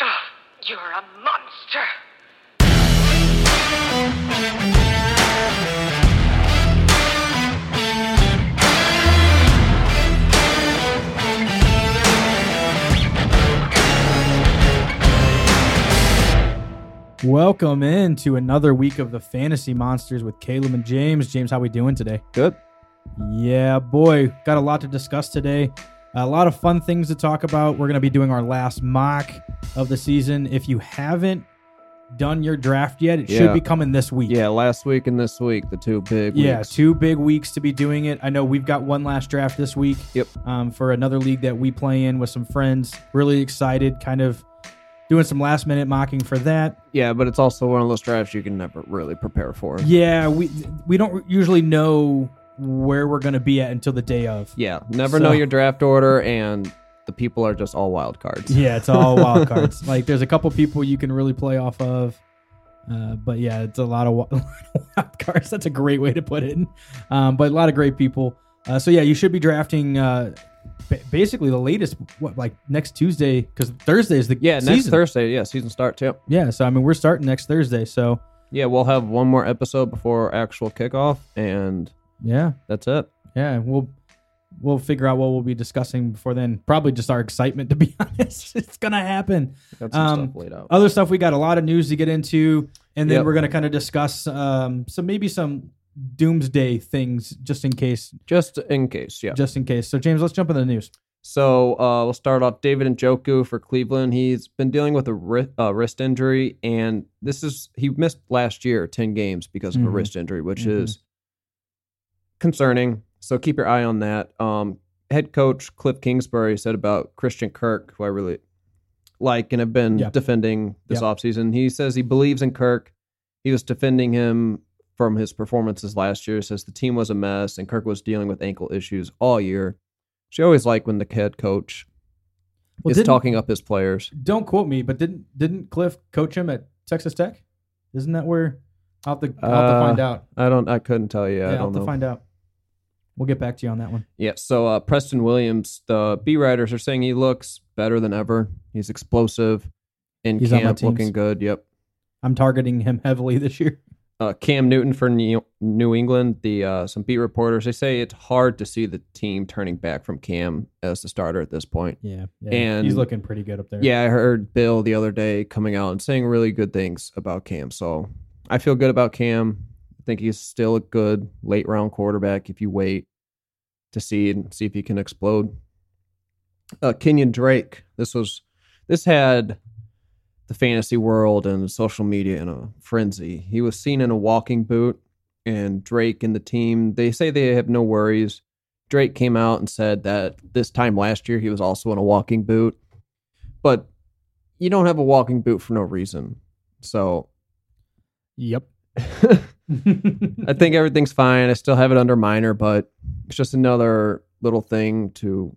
Ah, You're a monster. Welcome in to another week of the Fantasy Monsters with Caleb and James. James, how we doing today? Good. Yeah, boy, got a lot to discuss today. A lot of fun things to talk about. We're going to be doing our last mock of the season. If you haven't done your draft yet, it should Yeah. be coming this week. Yeah, last week and this week, the two big Yeah, weeks. two big weeks to be doing it. I know we've got one last draft this week. Yep. Um, for another league that we play in with some friends. Really excited, kind of doing some last minute mocking for that. Yeah, but it's also one of those drives you can never really prepare for. Yeah, we we don't usually know where we're going to be at until the day of. Yeah, never So- know your draft order, and the people are just all wild cards. Yeah, it's all wild cards. Like there's a couple people you can really play off of. Uh, but yeah, it's a lot of wi- wild cards. That's a great way to put it. Um, but a lot of great people. Uh, so yeah, you should be drafting uh, ba- basically the latest, what like next Tuesday, because Thursday is the Yeah, next season. Thursday, yeah, season starts. Yep. Yeah, so I mean we're starting next Thursday. So Yeah, we'll have one more episode before actual kickoff, and yeah, that's it. yeah, we'll we'll figure out what we'll be discussing before then. Probably just our excitement. To be honest, it's gonna happen. Got some Um, stuff laid out. other stuff we got a lot of news to get into and then Yep. we're going to kind of discuss um, some maybe some doomsday things just in case just in case, yeah. just in case so james let's jump into the news So uh, we'll start off David Njoku for Cleveland. He's been dealing with a wrist, uh, wrist injury, and this is he missed last year ten games because of a Mhm. wrist injury, which Mhm. is concerning. So keep your eye on that. Um, head coach Cliff Kingsbury said about Christian Kirk, who I really like and have been Yep. defending this Yep. offseason. He says he believes in Kirk. He was defending him from his performances last year. Says the team was a mess and Kirk was dealing with ankle issues all year. She always like when the head coach well, is didn't- talking up his players. don't quote me but didn't didn't cliff coach him at texas tech isn't that where i'll have to, I'll have to Uh, find out I don't. I couldn't tell you. yeah, I i'll don't have to know. find out we'll get back to you on that one yeah. So uh, Preston Williams, the B writers are saying he looks better than ever. He's explosive in He's on my camp, teams. looking good. Yep. i'm targeting him heavily this year Uh, Cam Newton for New, New England. The uh, some beat reporters they say it's hard to see the team turning back from Cam as the starter at this point. yeah, And- he's looking pretty good up there Yeah, I heard Bill the other day coming out and saying really good things about Cam. So I feel good about Cam. I think he's still a good late round quarterback if you wait to see and see if he can explode. Uh, Kenyon Drake. This was this had the fantasy world and social media in a frenzy. He was seen in a walking boot, and Drake and the team they say they have no worries. Drake came out and said that this time last year he was also in a walking boot, but you don't have a walking boot for no reason. So yep I think everything's fine. I still have it under minor, but it's just another little thing to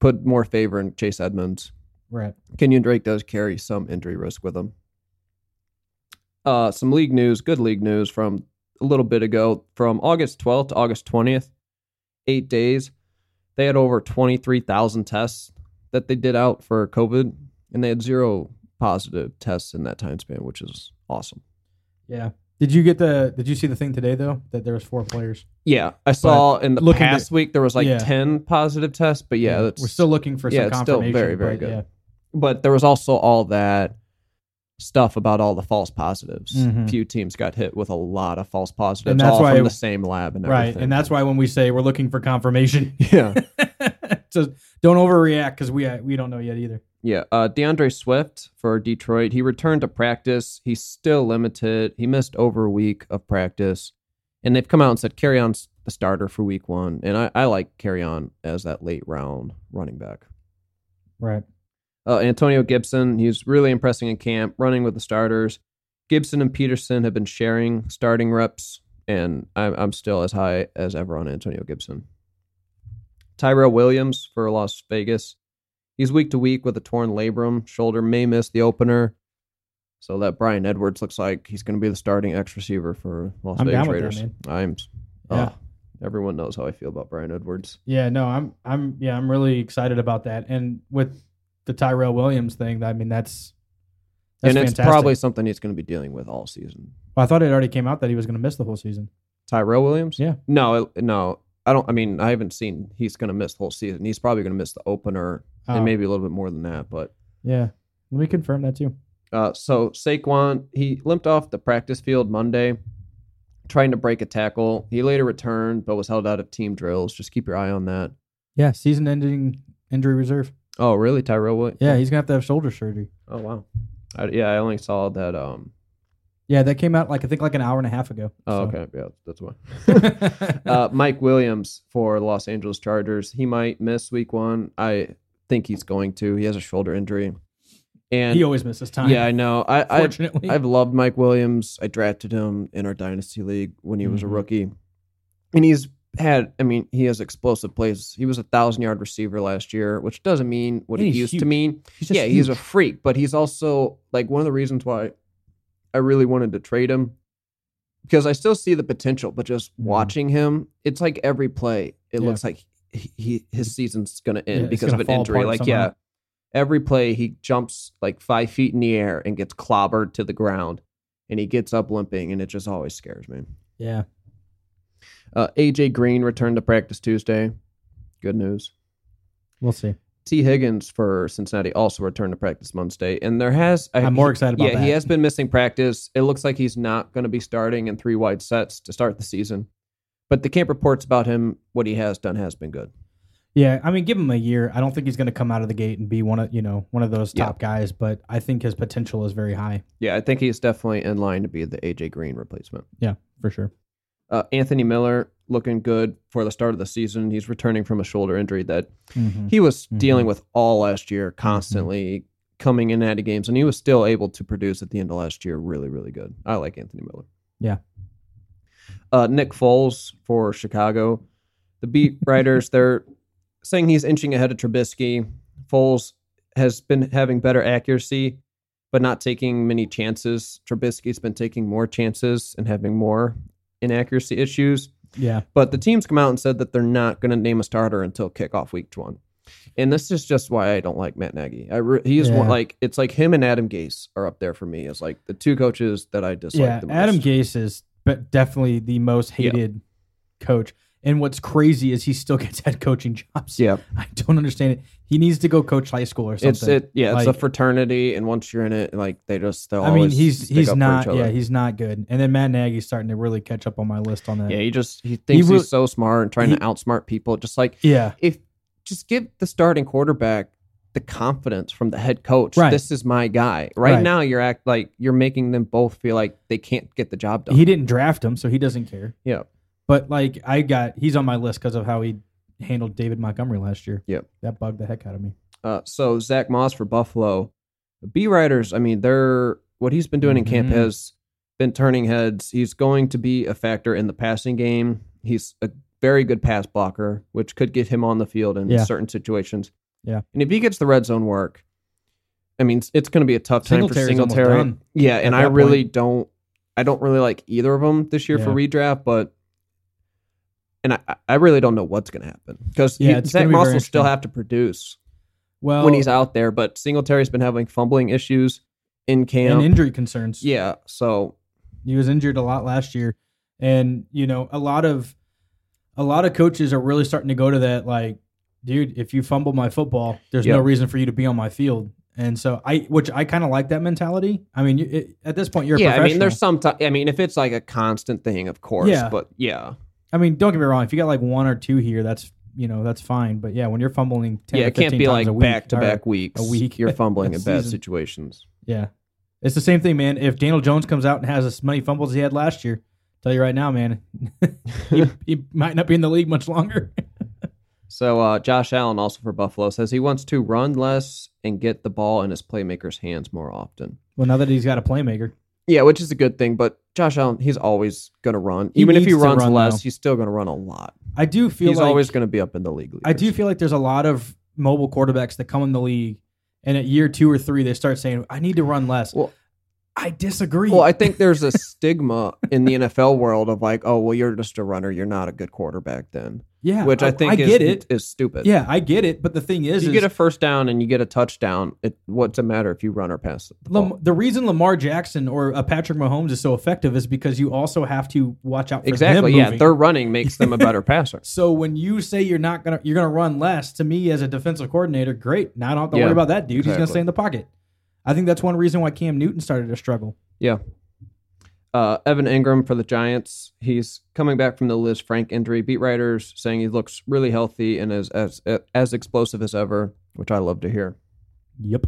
put more favor in Chase Edmonds. right Kenyon Drake does carry some injury risk with him. Uh, some league news, good league news from a little bit ago, from August 12th to August 20th, eight days, they had over 23,000 tests that they did out for COVID, and they had zero positive tests in that time span, which is awesome. yeah did you get the did you see the thing today though that there was four players Yeah, I saw in the looking past week there was like yeah. 10 positive tests, but yeah, that's, we're still looking for yeah, some it's still confirmation very, very but good. yeah. but there was also all that stuff about all the false positives. Mhm. Few teams got hit with a lot of false positives, And that's all why from it- the same lab and right everything. and that's why when we say we're looking for confirmation yeah, so don't overreact because we uh, we don't know yet either yeah. Uh, DeAndre Swift for Detroit, he returned to practice. He's still limited. He missed over a week of practice, and they've come out and said carry on the starter for week one. And I, I like carry on as that late round running back. right Uh, Antonio Gibson, he's really impressing in camp, running with the starters. Gibson and Peterson have been sharing starting reps, and I'm, I'm still as high as ever on Antonio Gibson. Tyrell Williams for Las Vegas. He's week to week with a torn labrum. Shoulder may miss the opener. So that Brian Edwards looks like he's going to be the starting X receiver for Las I'm Vegas down with that, Raiders. man. I'm. Yeah. ugh, everyone knows how I feel about Brian Edwards. yeah no i'm i'm yeah i'm really excited about that and with the tyrell williams thing i mean that's That's and it's fantastic. probably something he's going to be dealing with all season. Well, I thought it already came out that he was going to miss the whole season. Tyrell Williams? Yeah. No, it- no. I don't. I mean, I haven't seen he's going to miss the whole season. He's probably going to miss the opener Oh, and maybe a little bit more than that. But Yeah. Let me confirm that too. uh, so Saquon, he limped off the practice field Monday, trying to break a tackle. He later returned, but was held out of team drills. Just keep your eye on that. Yeah, season ending injury reserve. Oh, really, Tyrell Williams? Yeah, he's gonna have to have shoulder surgery. Oh, wow. I, yeah, I only saw that. Um. Yeah, that came out like I think like an hour and a half ago. Oh, so. okay. Yeah, that's why. uh, Mike Williams for the Los Angeles Chargers. He might miss week one. I think he's going to. He has a shoulder injury. And he always misses time. yeah, I know. I, I Fortunately. I've loved Mike Williams. I drafted him in our dynasty league when he was a Mhm. rookie, and he's had. I mean, he has explosive plays. He was a thousand yard receiver last year, which doesn't mean what And he he's used huge. to mean. he's just Yeah, he's a huge. freak, but he's also like one of the reasons why I really wanted to trade him because I still see the potential, but just Mhm. watching him, it's like every play, Yeah. it looks like he, he his season's gonna Yeah, end it's because gonna of an fall injury. apart Like somehow. yeah, every play he jumps like five feet in the air and gets clobbered to the ground, and he gets up limping, and it just always scares me. yeah. Uh, AJ Green returned to practice Tuesday. Good news. We'll see. T. Higgins for Cincinnati also returned to practice Monday, and there has I, I'm more excited about yeah, that. he has been missing practice. It looks like he's not going to be starting in three wide sets to start the season, but the camp reports about him what he has done has been good. Yeah, I mean, give him a year. I don't think he's going to come out of the gate and be one of you know one of those Yeah. top guys, but I think his potential is very high. Yeah, I think he's definitely in line to be the AJ Green replacement. Yeah, for sure. Uh, Anthony Miller looking good for the start of the season. He's returning from a shoulder injury that Mhm. he was Mhm. dealing with all last year, constantly coming in and out of games, and he was still able to produce at the end of last year really, really good. I like Anthony Miller. Yeah. Uh, Nick Foles for Chicago. The beat writers, they're saying he's inching ahead of Trubisky. Foles has been having better accuracy, but not taking many chances. Trubisky's been taking more chances and having more inaccuracy issues. Yeah, But the teams come out and said that they're not going to name a starter until kickoff week one. And this is just why I don't like Matt Nagy. I re- he is one, Yeah. like it's like him and Adam Gase are up there for me as like the two coaches that I dislike yeah. the most. Adam Gase is but definitely the most Yeah. hated coach. And what's crazy is he still gets head coaching jobs. yeah, I don't understand it. He needs to go coach high school or something. it's it. Yeah, it's Like- a fraternity, and once you're in it, like they just they'll I mean, always he's stick up he's for not. each other. Yeah, he's not good. And then Matt Nagy's starting to really catch up on my list on that. yeah, he just he thinks will- he's so smart and trying he- to outsmart people. Just like yeah. if just give the starting quarterback the confidence from the head coach. Right. This is my guy. Right, Right. now, you're act like you're making them both feel like they can't get the job done. He didn't draft him, so he doesn't care. Yeah. But like, I got he's on my list because of how he handled David Montgomery last year. Yep. that bugged the heck out of me. Uh, so Zach Moss for Buffalo, the B Riders. I mean, they're what he's been doing in camp Mhm. has been turning heads. He's going to be a factor in the passing game. He's a very good pass blocker, which could get him on the field in Yeah. certain situations. Yeah. and if he gets the red zone work, I mean, it's, it's going to be a tough time for Singletary's almost Singletary. done Yeah, and at I that really don't, I don't really like either of them this year for Yeah. redraft, but. And I, I really don't know what's going to happen because Yeah, it's Zach gonna be Moss very will still interesting. have to produce Well, when he's out there, but Singletary's been having fumbling issues in and camp. injury concerns. yeah, so He was injured a lot last year, and you know a lot of a lot of coaches are really starting to go to that like, dude, if you fumble my football, there's no Yep. reason for you to be on my field. And so I, which I kind of like that mentality. I mean, you, it, at this point, you're a yeah, I professional. mean, there's some. ti- I mean, if it's like a constant thing, of course. Yeah. but yeah, I mean, don't get me wrong. If you got like one or two here, that's you know that's fine. But yeah, when you're fumbling, 10 yeah, or it can't 15 be times like a week, back to or- back weeks. a week. you're fumbling A in bad season. situations. Yeah, it's the same thing, man. If Daniel Jones comes out and has as many fumbles as he had last year, tell you right now, man, he, he might not be in the league much longer. So uh, Josh Allen, also for Buffalo, says he wants to run less and get the ball in his playmakers' hands more often. well, now that he's got a playmaker, Yeah, which is a good thing, but Josh Allen, he's always going to run. He Even if he needs to runs run, less, though. he's still going to run a lot. I do feel He's like always going to be up in the league. I do leaders. feel like there's a lot of mobile quarterbacks that come in the league, and at year two or three, they start saying, "I need to run less." Well- I disagree. Well, I think there's a stigma in the NFL world of like, oh, well, you're just a runner. You're not a good quarterback then. Yeah, which I, think I is, get it. is stupid. Yeah, I get it. But the thing is, If you is get a first down and you get a touchdown, it what's the matter if you run or pass the Lam- ball? the reason Lamar Jackson or a Patrick Mahomes is so effective is because you also have to watch out for Exactly. them Yeah, moving. their running makes them a better passer. So when you say you're not gonna you're gonna run less, to me as a defensive coordinator, great. Now I don't have to Yeah, worry about that dude. He's gonna exactly. stay in the pocket. I think that's one reason why Cam Newton started to struggle. Yeah. Uh, Evan Ingram for the Giants. He's coming back from the Liz Frank injury. Beat writers saying he looks really healthy and is as as explosive as ever, which I love to hear. Yep,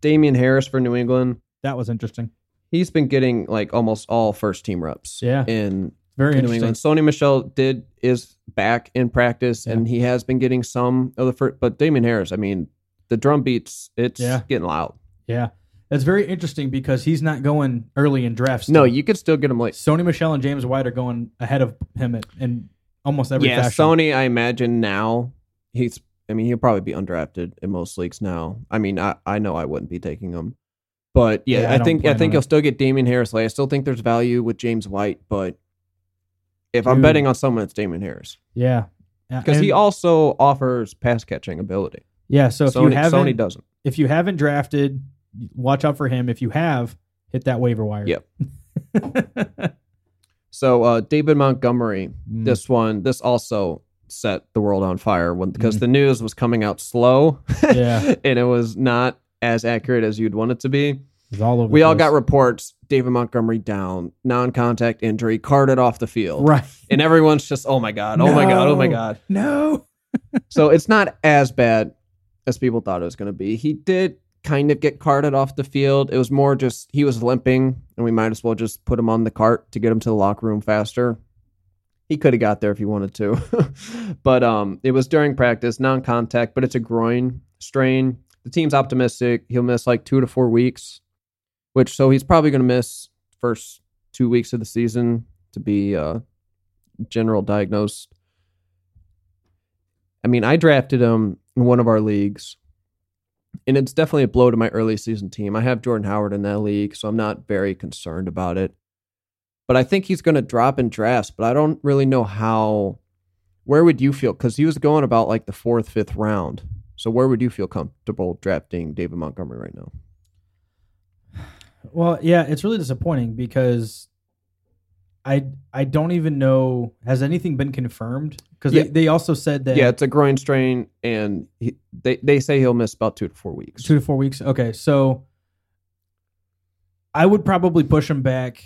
Damian Harris for New England. that was interesting. He's been getting like almost all first team reps. Yeah. In Very New interesting. England. Sony Michelle did is back in practice and he has been getting some of the first but Damian Harris, I mean, the drum beats, it's Yeah. getting loud. Yeah, that's very interesting because he's not going early in drafts. No, you could still get him late. Sony Michelle and James White are going ahead of him at, in almost every yeah, fashion. Sony, I imagine now he's. I mean, he'll probably be undrafted in most leagues now. I mean, I, I know I wouldn't be taking him, but yeah, Yeah, I I, don't think I plan on think it. you'll still get Damian Harris. Like, I still think there's value with James White, but if I'm Dude. betting on someone, it's Damian Harris yeah, because he And- also offers pass catching ability. yeah. So if Sony, you haven't Sony doesn't. if you haven't drafted, watch out for him. If you have, hit that waiver wire. Yep. So uh, David Montgomery, Mm. this one, this also set the world on fire when Mm-hmm. because the news was coming out slow, Yeah. and it was not as accurate as you'd want it to be. It's all over. We the all place. got reports David Montgomery down, non contact injury, carted off the field. right. And everyone's just, oh my God, oh my God, oh my No. God. No. So it's not as bad as people thought it was going to be. He did kind of get carted off the field. It was more just he was limping, and we might as well just put him on the cart to get him to the locker room faster. He could have got there if he wanted to. but um, it was during practice, non contact, but it's a groin strain. The team's optimistic. He'll miss like two to four weeks, which so he's probably going to miss first two weeks of the season to be uh, general diagnosed. I mean, I drafted him in one of our leagues, and it's definitely a blow to my early season team. I have Jordan Howard in that league, so I'm not very concerned about it. But I think he's going to drop in drafts, but I don't really know how. Where would you feel? Because he was going about like the fourth, fifth round. So where would you feel comfortable drafting David Montgomery right now? Well, yeah, it's really disappointing because I I don't even know has anything been confirmed because Yeah. they, they also said that Yeah, it's a groin strain, and he, they they say he'll miss about two to four weeks. two to four weeks. Okay, so I would probably push him back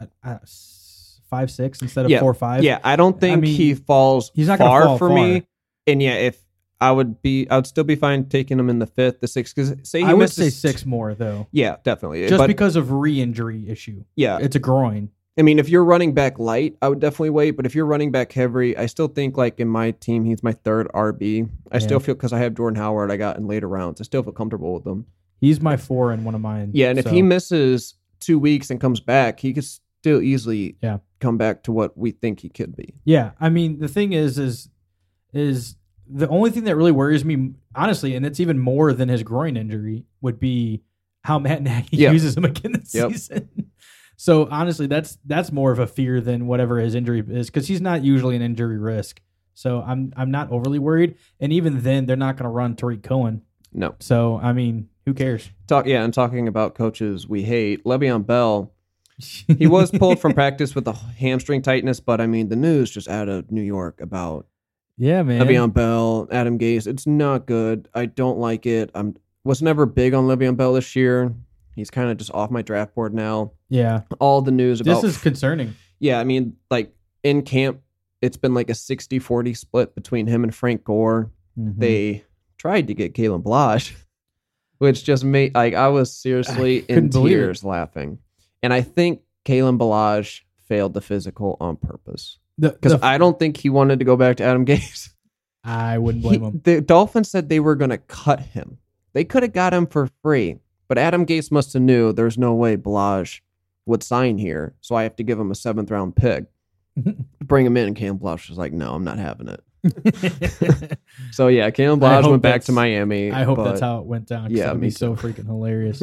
uh, uh, s- five six instead of Yeah. four five. yeah, I don't think mean, he falls he's not gonna far fall for far. me. And yeah, if I would be, I would still be fine taking him in the fifth, the sixth. Because say he I would misses- say six more though, Yeah, definitely. just but because of re-injury issue. yeah, It's a groin. I mean, if you're running back light, I would definitely wait. But if you're running back heavy, I still think like in my team, he's my third RB. I Yeah. still feel because I have Jordan Howard, I got in later rounds. I still feel comfortable with them. He's my four and one of mine. Yeah, and if so- he misses two weeks and comes back, he could still easily Yeah. come back to what we think he could be. Yeah, I mean the thing is, is, is the only thing that really worries me, honestly, and it's even more than his groin injury, would be how Matt Nagy Yeah. uses him again this Yep. season. So honestly, that's that's more of a fear than whatever his injury is, because he's not usually an injury risk. So I'm I'm not overly worried, and even then, they're not going to run Tariq Cohen. No. So I mean, who cares? Talk, yeah, and talking about coaches we hate, Le'Veon Bell. He was pulled from practice with a hamstring tightness, but I mean, the news just out of New York about yeah, man. Le'Veon Bell, Adam Gase. It's not good. I don't like it. I'm was never big on Le'Veon Bell this year. He's kind of just off my draft board now. yeah, All the news about this is concerning. yeah, I mean, like in camp, it's been like a 60-40 split between him and Frank Gore. Mm-hmm. They tried to get Kalen Blage, which just made like I was seriously in couldn't believe it. tears laughing. And I think Kalen Blage failed the physical on purpose because because I, I don't think he wanted to go back to Adam Gase. I wouldn't He- blame him. the Dolphins said they were going to cut him. They could have got him for free, but Adam Gase must have knew there's no way Blage would sign here, so I have to give him a seventh round pick. Bring him in, and Cam Blage was like, "No, I'm not having it." So yeah, I Cam Blage hope went back that's- to Miami. I hope but- that's how it went down. Yeah, Yeah, that'd be me so freaking hilarious.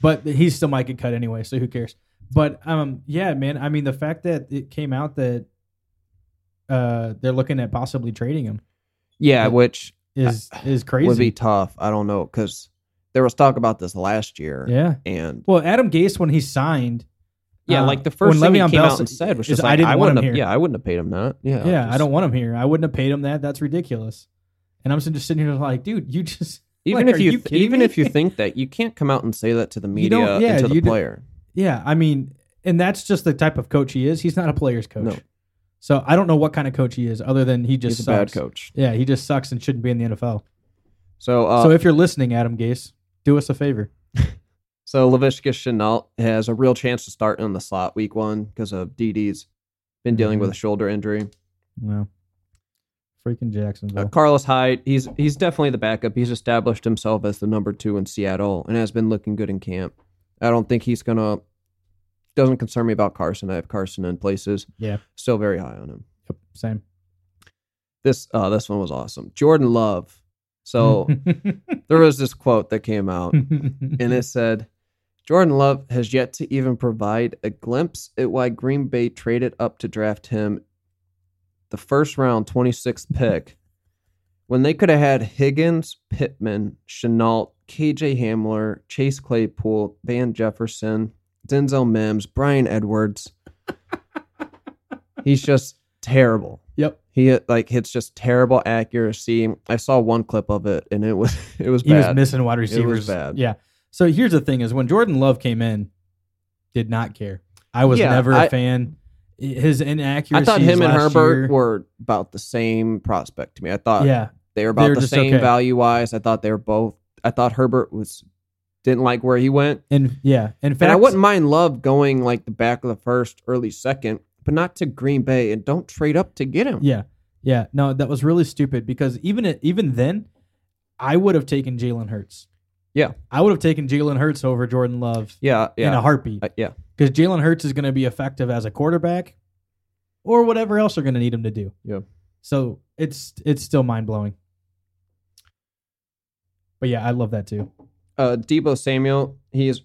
but he still might get cut anyway, so who cares? But um, yeah, man. I mean, the fact that it came out that uh, they're looking at possibly trading him Yeah, Like, which is is crazy. Uh, would be tough. I don't know because there was talk about this last year, yeah. and Well, Adam Gase when he signed, yeah, Uh, like the first when thing he Le'Veon came Bell out and said- said was is, just "I like, didn't I want him wouldn't have, here." yeah, I wouldn't have paid him that. Yeah, yeah, I just- don't want him here. I wouldn't have paid him that. That's ridiculous. And I'm just sitting here like, dude, you just Even Like, if are you, you th- kidding even me? if you think that you can't come out and say that to the You don't- media yeah, and to the you don't- player. Yeah, I mean, and that's just the type of coach he is. He's not a player's coach. No. So I don't know what kind of coach he is, other than he just He's a bad sucks. coach. Yeah, he just sucks and shouldn't be in the NFL. So, uh, so if you're listening, Adam Gase, do us a favor. So Lavishka Chenault has a real chance to start in the slot week one because of DD's been dealing Mm-hmm. with a shoulder injury. No. Freaking Jacksonville. Uh, Carlos Hyde, he's he's definitely the backup. He's established himself as the number two in Seattle and has been looking good in camp. I don't think he's gonna. Doesn't concern me about Carson. I have Carson in places. Yeah. still very high on him. Yep, same. This uh, this one was awesome. Jordan Love. So there was this quote that came out and it said Jordan Love has yet to even provide a glimpse at why Green Bay traded up to draft him the first round 26th pick when they could have had Higgins, Pittman, Chenault, KJ Hamler, Chase Claypool, Van Jefferson, Denzel Mims, Brian Edwards. He's just terrible. Yep. He like hits just terrible accuracy. I saw one clip of it and it was it was he bad. was missing wide was receivers. bad. Yeah. So here's the thing: is when Jordan Love came in, did not care. I was Yeah, never a I- fan. His inaccuracy. I thought him and Herbert were uh, about the same prospect to me. I thought yeah, they were about They were the just same okay. value wise. I thought they were both. I thought Herbert was didn't like where he went, and yeah, in fact, and I wouldn't mind Love going like the back of the first, early second, but not to Green Bay, and don't trade up to get him. Yeah, yeah. No, that was really stupid because even it, even then, I would have taken Jalen Hurts. Yeah. I would have taken Jalen Hurts over Jordan Love yeah, in yeah, a heartbeat Uh, yeah. because Jalen Hurts is going to be effective as a quarterback or whatever else they're going to need him to do. Yeah. So it's it's still mind blowing. But yeah, I love that too. uh, Debo Samuel, he's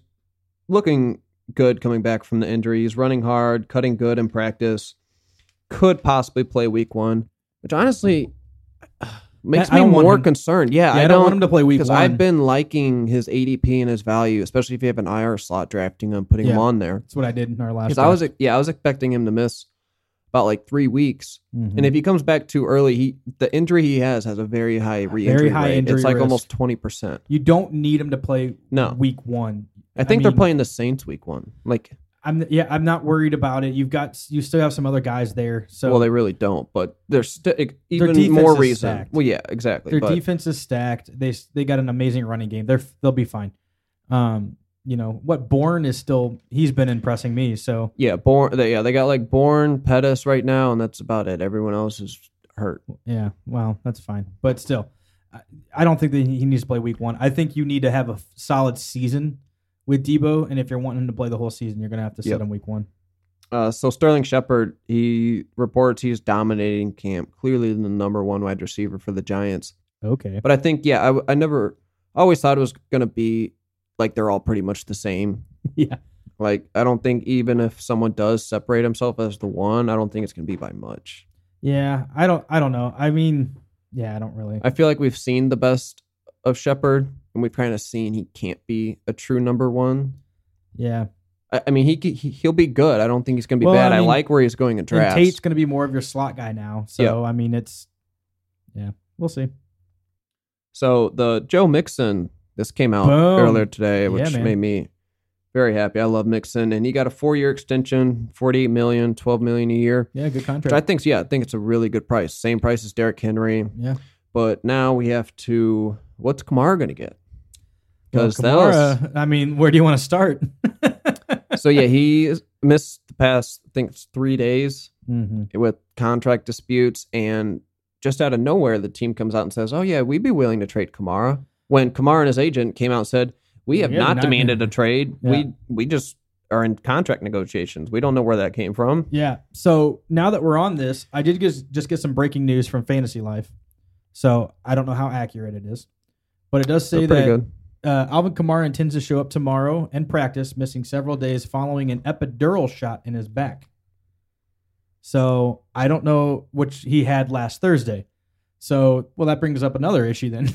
looking good coming back from the injury. He's running hard, cutting good in practice. Could possibly play week one, which honestly makes I- I me don't want more him- concerned. Yeah, Yeah, I, don't, want him to play week because one. I've been liking his ADP and his value, especially if you have an IR slot drafting him, putting him Yeah. on there. That's what I did in our last. Because I was, yeah, I was expecting him to miss about like three weeks, Mm-hmm. and if he comes back too early, he the injury he has has a very high re-injury high rate. injury it's like risk. almost twenty percent. you don't need him to play No, week one. I think they're mean- playing the Saints week one. Like, I'm yeah, I'm not worried about it. You've got you still have some other guys there, so well, they really don't, but they're st- even defense more is reason. stacked. Well, yeah, exactly. their but defense is stacked. They they got an amazing running game. They're they'll be fine. Um, you know what? Bourne is still he's been impressing me. So yeah, born. They, yeah, they got like Born Pettis right now, and that's about it. Everyone else is hurt. yeah, well, that's fine. But still, I, I don't think that he needs to play week one. I think you need to have a f- solid season with Debo, and if you're wanting him to play the whole season, you're gonna have to sit Yep. him week one. Uh, so Sterling Shepard, he reports he's dominating camp, clearly the number one wide receiver for the Giants. Okay. But I think, yeah, I, w- I never, I always thought it was going to be like they're all pretty much the same. Yeah. Like, I don't think even if someone does separate himself as the one, I don't think it's going to be by much. Yeah. I don't. I don't know. I mean, yeah. I don't really. I feel like we've seen the best of Shepard, and we've kind of seen he can't be a true number one. yeah. I, I mean, he, c- he he'll be good. I don't think he's going to be Well, bad. I I, mean, like where he's going in drafts. And Tate's going to be more of your slot guy now. So Yeah. I mean, it's yeah, we'll see. so the Joe Mixon, this came out Boom. earlier today, Yeah, which man. made me very happy. I love Mixon, and he got a four-year extension, forty-eight million, twelve million a year. Yeah, good Which I contract. think, yeah, I think it's a really good price. Same price as Derrick Henry, yeah, but now we have to. What's Kamara going to get? Well, Because that was Kamara, I mean, where do you want to start? so yeah, he is- missed the past I think it's three days mm-hmm. with contract disputes, and just out of nowhere, the team comes out and says, "Oh yeah, we'd be willing to trade Kamara." When Kamara and his agent came out and said, "We have We have not not- demanded a trade. Yeah. We we just are in contract negotiations. We don't know where that came from." Yeah. So now that we're on this, I did just just get some breaking news from Fantasy Life. So I don't know how accurate it is, but it does say They're that pretty good. Uh, Alvin Kamara intends to show up tomorrow and practice, missing several days following an epidural shot in his back. So I don't know which he had last Thursday. So well, that brings up another issue then.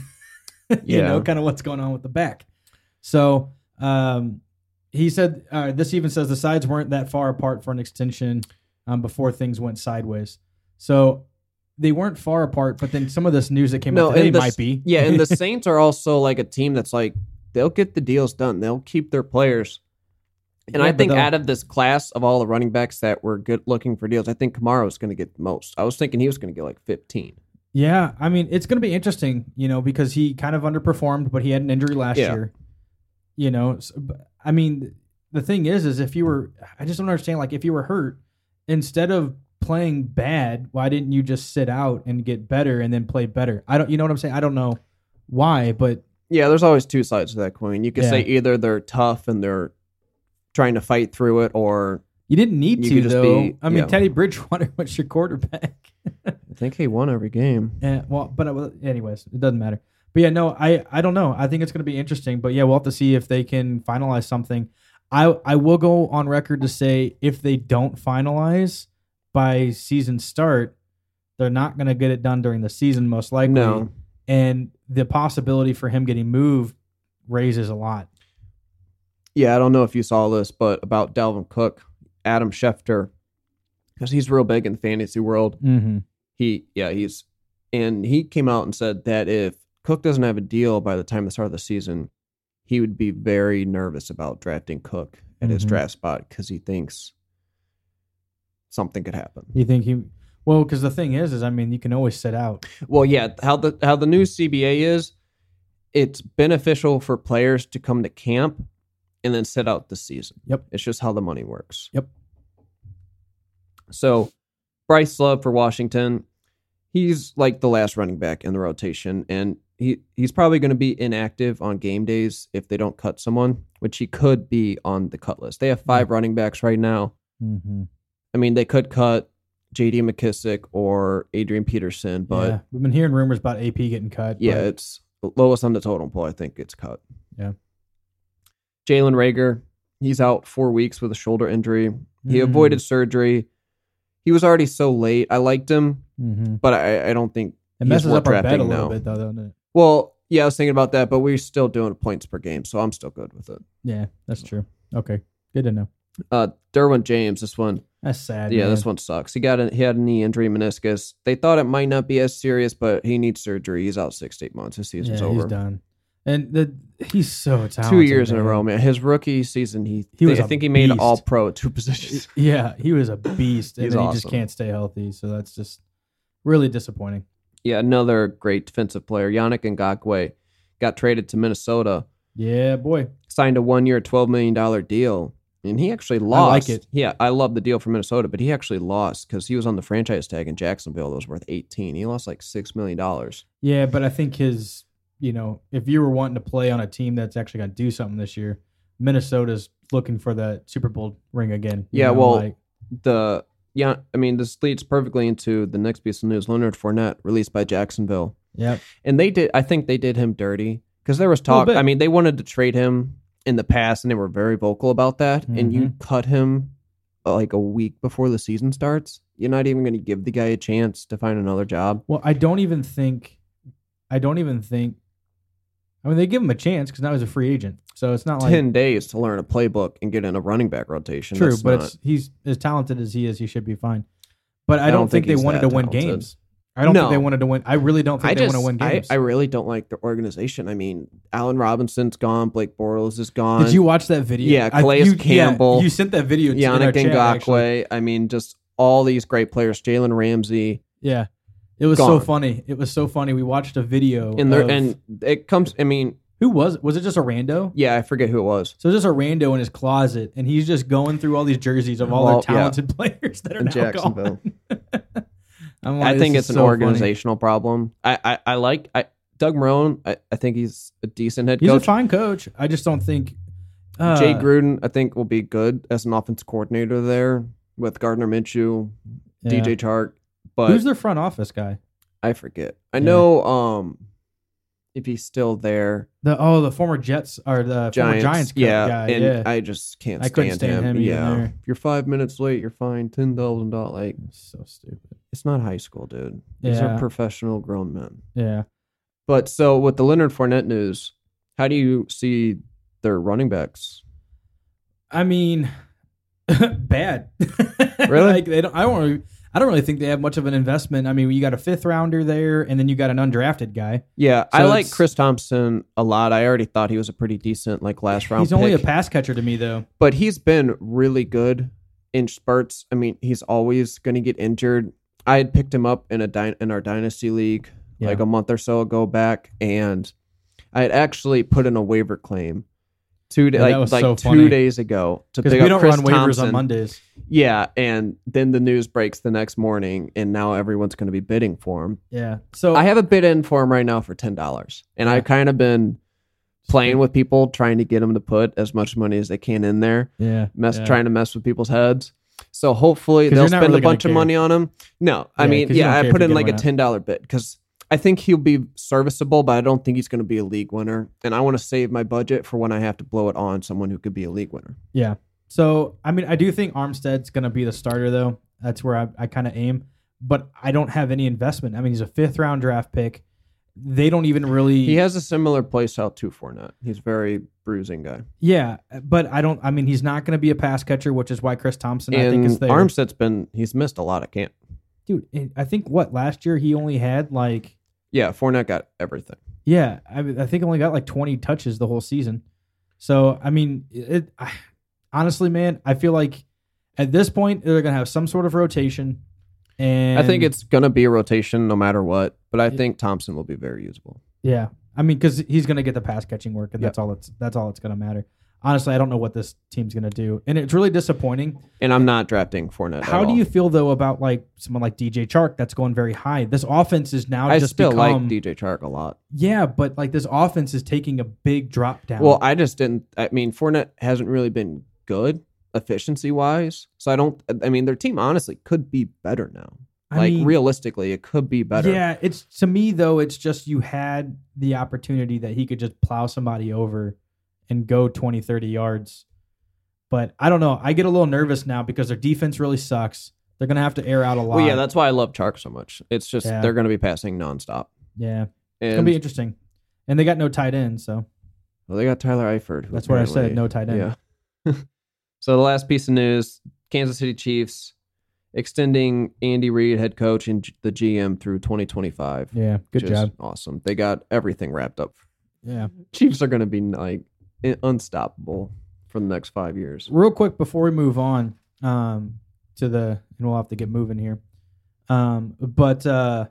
you Yeah. know, kind of what's going on with the back. So um, he said uh, this even says the sides weren't that far apart for an extension um, before things went sideways. So they weren't far apart, but then some of this news that came out No, today and the might s- be. Yeah, and the Saints are also like a team that's like they'll get the deals done. They'll keep their players. And Yeah, I but think they'll- out of this class of all the running backs that were good looking for deals, I think Kamara's going to get the most. I was thinking he was going to get like 15. Yeah, I mean it's going to be interesting, you know, because he kind of underperformed, but he had an injury last Yeah. year. You know, so, but- I mean the thing is, is if you were, I just don't understand. Like if you were hurt, instead of playing bad, why didn't you just sit out and get better and then play better? I don't, you know what I'm saying? I don't know why, but Yeah, there's always two sides to that coin. You could Yeah. say either they're tough and they're trying to fight through it, or you didn't need You to could just though. be- I mean, yeah. Teddy Bridgewater was your quarterback. I think he won every game. Yeah, well, but uh, anyways, it doesn't matter. But yeah, no, I I don't know. I think it's going to be interesting. But yeah, we'll have to see if they can finalize something. I I will go on record to say if they don't finalize by season start, they're not going to get it done during the season most likely. No, And the possibility for him getting moved raises a lot. yeah, I don't know if you saw this, but about Dalvin Cook, Adam Schefter, because he's real big in the fantasy world. Mm-hmm. He, yeah, he's, and he came out and said that if Cook doesn't have a deal by the time the start of the season, he would be very nervous about drafting Cook at his Mhm. draft spot because he thinks something could happen. You think he? Well, because the thing is, is I mean, you can always sit out. Well, yeah, how the how the new CBA is, it's beneficial for players to come to camp and then sit out the season. Yep. It's just how the money works. Yep. So Bryce Love for Washington, he's like the last running back in the rotation and he, he's probably going to be inactive on game days if they don't cut someone, which he could be on the cut list. They have five running backs right now. Mm-hmm. I mean, they could cut J.D. McKissick or Adrian Peterson, but yeah, we've been hearing rumors about AP getting cut. yeah, but- it's lowest on the totem pole. I think it's cut. Yeah. Jalen Rager, he's out four weeks with a shoulder injury. He Mhm. avoided surgery. He was already so late. I liked him, Mhm. but I, I don't think. It He's messes worth up our bet a drafting little now. bit, though, doesn't it? Well, yeah, I was thinking about that, but we're still doing points per game, so I'm still good with it. Yeah, that's true. Okay, good to know. Uh, Derwin James, this one, That's sad. yeah, man. this one sucks. He got a, he had a knee injury, meniscus. They thought it might not be as serious, but he needs surgery. He's out six to eight months. His yeah, season's over. he's done. And the he's so talented. two years in a man. row, man. His rookie season, he, He was I a think he made beast. all pro at two positions. Yeah, he was a beast, and He's then he just awesome. can't stay healthy. So that's just really disappointing. yeah, another great defensive player, Yannick Ngakwe, got traded to Minnesota, Yeah, boy. signed a one-year, twelve million dollar deal, and he actually lost. it. Yeah, I love the deal for Minnesota, but he actually lost because he was on the franchise tag in Jacksonville that was worth eighteen. He lost like six million dollars. Yeah, but I think his, you know, if you were wanting to play on a team that's actually going to do something this year, Minnesota's looking for that Super Bowl ring again. you Yeah, know, well, like- The yeah, I mean, this leads perfectly into the next piece of news: Leonard Fournette released by Jacksonville. yep. and they did i think they did him dirty because there was talk bit. i mean they wanted to trade him in the past and they were very vocal about that and Mm-hmm. you cut him uh, like a week before the season starts you're not even going to give the guy a chance to find another job Well, I don't even think, I don't even think. I mean, they give him a chance because now he's a free agent, so it's not like 10 days to learn a playbook and get in a running back rotation true. That's But not- it's, he's as talented as he is, he should be fine. But I, I don't, don't think, think they he's wanted to that win talented. games. I don't No. think they wanted to win. I really don't think I they just, want to win I, games. I really don't like the organization. I mean, Allen Robinson's gone, Blake Bortles is gone. Did you watch that video? Yeah, I- Calais you- yeah, Campbell, you sent that video. to in our Yannick chat, actually. Ngakwe? I mean, just all these great players. Jalen Ramsey. Yeah, it was Gone. so funny. It was so funny. We watched a video. And, they're of- and it comes, I mean, who was it? Was it just a rando? yeah, I forget who it was. So just a rando in his closet, and he's just going through all these jerseys of all Well, the talented players that are In now Jacksonville. gone. I'm like, I this think is it's an so funny. organizational problem. I, I, I like I, Doug Marone. I, I think he's a decent head He's coach. a fine coach. I just don't think uh, Jay Gruden, I think, will be good as an offense coordinator there with Gardner Minshew, yeah. DJ Chark. But Who's their front office guy? I forget. I Yeah. know um, if he's still there. The oh, the former Jets or the Giants, former Giants Cup yeah, guy. and yeah, I just can't I stand, couldn't stand him either yeah, there. if you're five minutes late, you're fined ten thousand dollars. Like It's so stupid. it's not high school, dude. These Yeah. are professional grown men. Yeah, But so with the Leonard Fournette news, how do you see their running backs? I mean, bad. Really? like they don't. I don't. really- I don't really think they have much of an investment. I mean, you got a fifth rounder there, and then you got an undrafted guy. Yeah, I So like it's- Chris Thompson a lot. I already thought he was a pretty decent like last round. He's only a pick. pass catcher to me, though. but he's been really good in spurts. I mean, he's always going to get injured. I had picked him up in a dy- in our dynasty league Yeah. like a month or so ago back, and I had actually put in a waiver claim two da- Yeah, that like, was like so two funny. days ago to Because pick we up don't Chris run waivers Thompson. on Mondays. Yeah, and then the news breaks the next morning, and now everyone's going to be bidding for him. Yeah. So I have a bid in for him right now for ten dollars, and I've kind of been playing with people trying to get them to put as much money as they can in there yeah, mess yeah. trying to mess with people's heads. So hopefully 'Cause they'll you're not spend really a gonna bunch of care. money on him. No, I Yeah, mean, 'cause you don't yeah, care I if put you in get like a one out. ten dollar bid because I think he'll be serviceable, but I don't think he's going to be a league winner. And I want to save my budget for when I have to blow it on someone who could be a league winner. Yeah. So I mean, I do think Armstead's going to be the starter, though. That's where I, I kind of aim. But I don't have any investment. I mean, he's a fifth round draft pick. They don't even really. He has a similar play style to Fournette. He's a very bruising guy, yeah, but I don't. I mean, he's not going to be a pass catcher, which is why Chris Thompson I think and is there. Armstead's been he's missed a lot of camp. Dude, and I think what last year he only had like Yeah, Fournette got everything. yeah, I, mean, I think only got like twenty touches the whole season. So I mean, it, I, honestly, man, I feel like at this point they're going to have some sort of rotation. And I think it's going to be a rotation no matter what, but I Yeah. think Thompson will be very usable. Yeah, I mean, because he's going to get the pass catching work, and Yep. that's all it's that's all it's going to matter. Honestly, I don't know what this team's going to do, and it's really disappointing. And I'm not drafting Fournette. at How do all. you feel though about like someone like DJ Chark that's going very high? This offense is now I just still become, like DJ Chark a lot. yeah, but like this offense is taking a big drop down. Well, I just didn't. I mean, Fournette hasn't really been good efficiency wise, so I don't. I mean, their team honestly could be better now. I like mean, realistically, it could be better. Yeah, it's to me though. It's just you had the opportunity that he could just plow somebody over and go 20, 30 yards. But I don't know. I get a little nervous now because their defense really sucks. They're gonna have to air out a lot. Well, yeah, that's why I love Chark so much. It's just Yeah. they're going to be passing nonstop, Yeah, it's and gonna be interesting. And they got no tight end, so well, they got Tyler Eifert. who that's what I said. apparently- No tight end. Yeah. so the last piece of news: Kansas City Chiefs extending Andy Reid, head coach, and G- the GM through 2025. Yeah, good Which is job. Awesome. They got everything wrapped up Yeah. Chiefs are going to be like i- unstoppable for the next five years. Real quick before we move on um, to the, and we'll have to get moving here. Um, but uh,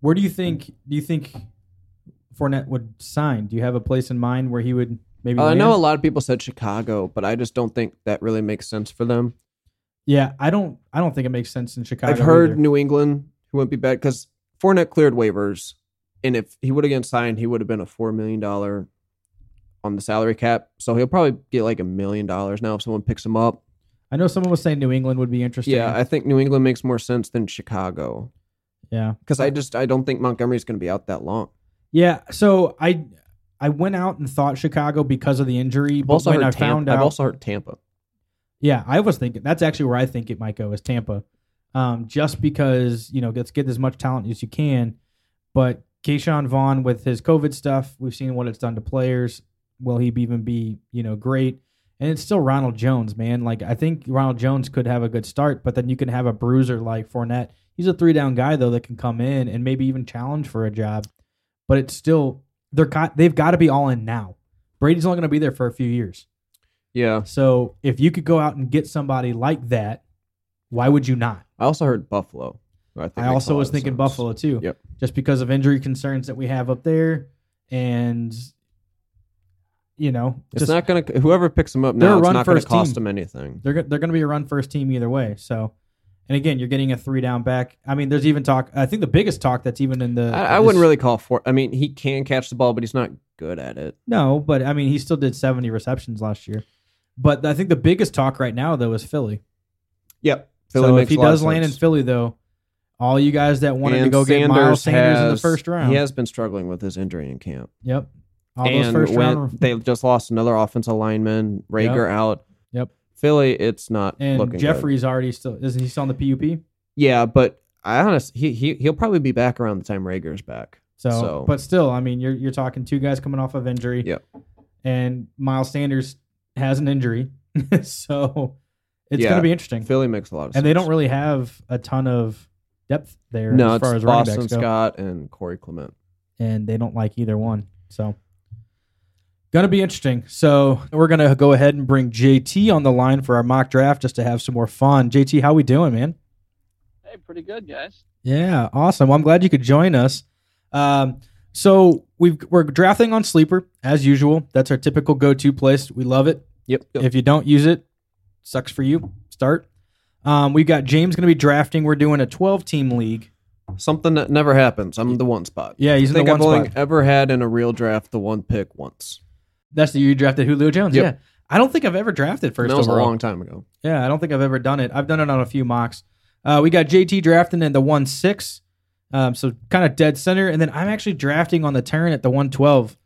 where do you think? Do you think Fournette would sign? Do you have a place in mind where he would maybe? Uh, I land? know a lot of people said Chicago, but I just don't think that really makes sense for them. Yeah, I don't. I don't think it makes sense in Chicago. I've heard either. New England who wouldn't be bad because Fournette cleared waivers, and if he would have gotten signed, he would have been a four million dollar on the salary cap. So he'll probably get like a million dollars now if someone picks him up. I know someone was saying New England would be interesting. Yeah, I think New England makes more sense than Chicago yeah. because I just I don't think Montgomery's going to be out that long. Yeah, so I I went out and thought Chicago because of the injury, I've but also when heard I Tampa. found out, I've also heard Tampa. yeah, I was thinking that's actually where I think it might go is Tampa, um, just because you know let's get as much talent as you can, but Keyshawn Vaughn with his COVID stuff, we've seen what it's done to players. Will he be- even be you know great? And it's still Ronald Jones, man. Like I think Ronald Jones could have a good start, but then you can have a bruiser like Fournette. He's a three down guy though that can come in and maybe even challenge for a job. But it's still they're got, they've got to be all in now. Brady's only going to be there for a few years. Yeah, So if you could go out and get somebody like that, why would you not? I also heard Buffalo. who I, think I makes a also lot was of thinking sense. Buffalo too, Yep. just because of injury concerns that we have up there, and you know, It's just, not gonna. Whoever picks them up They're a now, it's run not gonna first cost team. them anything. they're go- they're going to be a run first team either way. So, and again, you're getting a three down back. I mean, there's even talk. I think the biggest talk that's even in the I, I this- wouldn't really call for. I mean, he can catch the ball, but he's not good at it. no, but I mean, he still did 70 receptions last year. But I think the biggest talk right now though is Philly. Yep. so if he does land in Philly though, All you guys that wanted to And go get Miles Sanders in the has- first round. He has been struggling with his injury in camp. Yep. All and those first when round. they just lost another offensive lineman, Rager out. Yep. Philly, it's not and looking good. Jeffrey's already still isn't he still on the PUP? Yeah, but I honestly, he, he he'll probably be back around the time Rager's back. So, So- but still, I mean, you're you're talking two guys coming off of injury. Yep. And Miles Sanders has an injury, so it's Yeah. going to be interesting. Philly makes a lot of sense. And they don't really have a ton of depth there no, as it's far as running Boston backs go, Scott and Corey Clement. and they don't like either one. So, going to be interesting. So we're going to go ahead and bring JT on the line for our mock draft just to have some more fun. JT, how we doing, man? Hey, pretty good, guys. Yeah, awesome. Well, I'm glad you could join us. Um, so we've, we're drafting on Sleeper as usual. That's our typical go-to place. We love it. Yep. yep. If you don't use it, sucks for you. Start. Um, we've got James going to be drafting. We're doing a 12-team league. Something that never happens. I'm the one spot. Yeah, he's I in the one think I've only spot. ever had in a real draft the one pick once. That's the year you drafted Julio Jones. Yep. Yeah, I don't think I've ever drafted And first that was overall. a long time ago. Yeah, I don't think I've ever done it. I've done it on a few mocks. Uh, we got JT drafting in the one six, um, so kind of dead center, and then I'm actually drafting on the turn at the one twelve,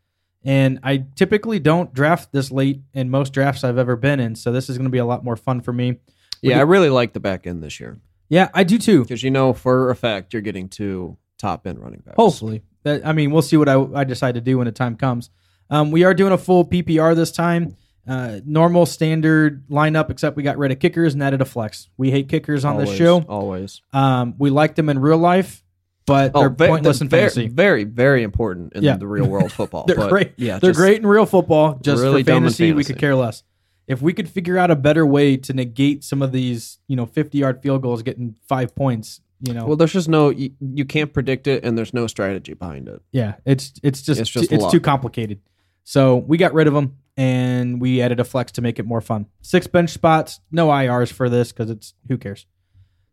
and I typically don't draft this late in most drafts I've ever been in, so this is going to be a lot more fun for me. Yeah, do- I really like the back end this year Yeah, I do too. because you know for a fact you're getting two top end running backs. Hopefully, that I mean, we'll see what I, I decide to do when the time comes. Um, we are doing a full PPR this time. Uh, normal standard lineup, except we got rid of kickers and added a flex. We hate kickers on always, this show. always. Um, we like them in real life, but they're Oh, ve- pointless in very, fantasy. Very, very important in Yeah. the real world football. They're but great. Yeah, they're just- great in real football. Just really for dumb in fantasy, we could fantasy. care less. If we could figure out a better way to negate some of these, you know, fifty-yard field goals getting five points, you know, Well, there's just no you, you can't predict it, and there's no strategy behind it. yeah, it's it's just it's, It's just it's luck. too complicated. So we got rid of them and we added a flex to make it more fun. Six bench spots, no IRs for this because it's who cares.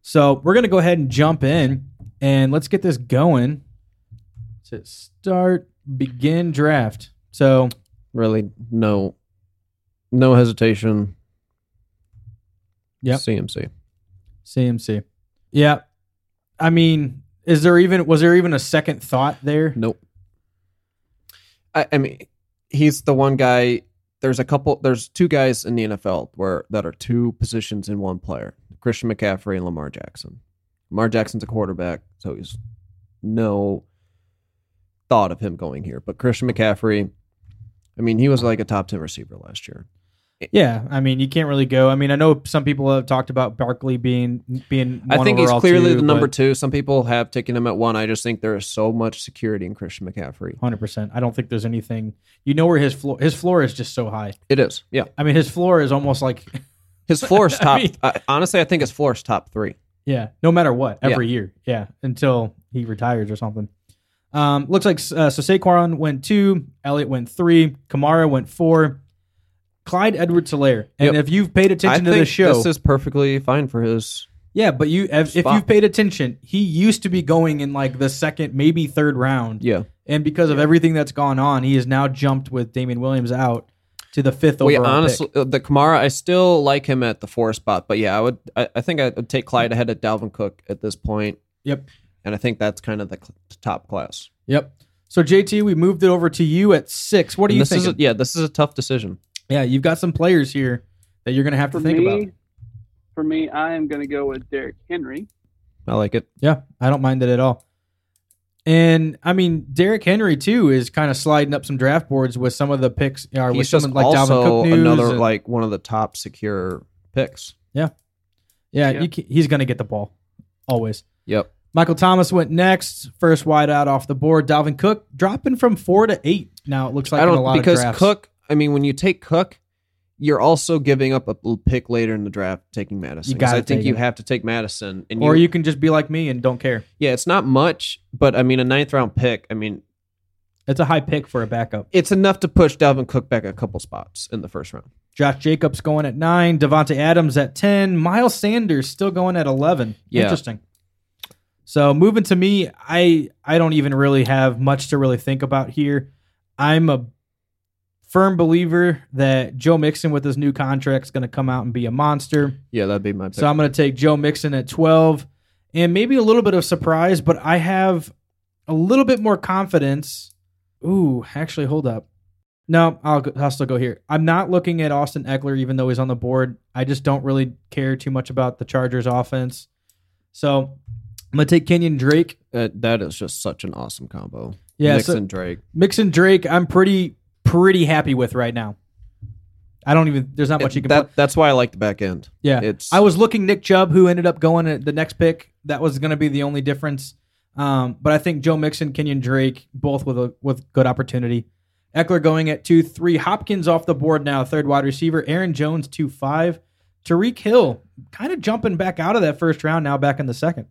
So we're gonna go ahead and jump in and let's get this going. To start, begin draft. So Really, no, no hesitation. Yep. CMC. CMC. Yeah, I mean, is there even was there even a second thought there? Nope. I, I mean, he's the one guy. There's a couple. There's two guys in the NFL where that are two positions in one player: Christian McCaffrey and Lamar Jackson. Lamar Jackson's a quarterback, so he's no thought of him going here. But Christian McCaffrey, I mean, he was like a top ten receiver last year. Yeah, I mean, you can't really go. I mean, I know some people have talked about Barkley being being. I one think he's overall clearly too, the number but- two. Some people have taken him at one. I just think there is so much security in Christian McCaffrey. Hundred percent. I don't think there's anything. You know where his floor his floor is just so high. It is, yeah. I mean, his floor is almost like His floor's I top. mean- I- honestly, I think his floor's top three. yeah, no matter what, every year, yeah, until he retires or something. Um, looks like uh, so Saquon went two, Elliott went three, Kamara went four, Clyde edwards helaire And Yep. if you've paid I attention to think this show, This is perfectly fine for his. yeah, but you if, if Spot. you've paid attention, he used to be going in like the second, maybe third round, Yeah, and because of everything that's gone on, he has now jumped with Damian Williams out to the fifth we overall. pick. honestly uh the Kamara. I still like him at the four spot, but yeah, I would. I, I think I would take Clyde ahead of Dalvin Cook at this point, Yep. and I think that's kind of the cl- top class. Yep. So JT, we moved it over to you at six. What do And you this think? is a, yeah, this is a tough decision. yeah, you've got some players here that you're going to have to For think me, about. for me, I am going to go with Derrick Henry. I like it. Yeah, I don't mind it at all. And I mean, Derrick Henry too is kind of sliding up some draft boards with some of the picks. Or with He's someone just like Dalvin also Cook news another and- like one of the top secure picks. yeah, Yeah. You can, he's going to get the ball always. Yep. Michael Thomas went next, first wide out off the board. Dalvin Cook dropping from four to eight. Now it looks like I in a don't lot because of drafts. Cook. I mean, when you take Cook, you're also giving up a l- pick later in the draft, taking Madison. 'Cause gotta I think take you him. have to take Madison, and or you you can just be like me and don't care. yeah, it's not much, but I mean, a ninth round pick. I mean, It's a high pick for a backup. it's enough to push Dalvin Cook back a couple spots in the first round. Josh Jacobs going at nine, Devonte Adams at ten, Miles Sanders still going at eleven. Yeah. Interesting. So moving to me, I I don't even really have much to really think about here. I'm a firm believer that Joe Mixon with his new contract is going to come out and be a monster. Yeah, that'd be my pick. So I'm going to take Joe Mixon at 12 and maybe a little bit of surprise, but I have a little bit more confidence. Ooh, actually, hold up. No, I'll, go, I'll still go here. I'm not looking at Austin Eckler, even though he's on the board. I just don't really care too much about the Chargers offense. So I'm going to take Kenyon Drake. Uh, that is just such an awesome combo. Yeah, Mix so- and Drake. Mix and Drake, I'm pretty pretty happy with right now. I don't even. There's not much you can. that, that's why I like the back end. yeah, It's I was looking Nick Chubb, who ended up going at the next pick. That was going to be the only difference. Um, but I think Joe Mixon, Kenyon Drake, both with a with good opportunity. Eckler going at two three. Hopkins off the board now, third wide receiver. Aaron Jones two five. Tariq Hill kind of jumping back out of that first round now, back in the second,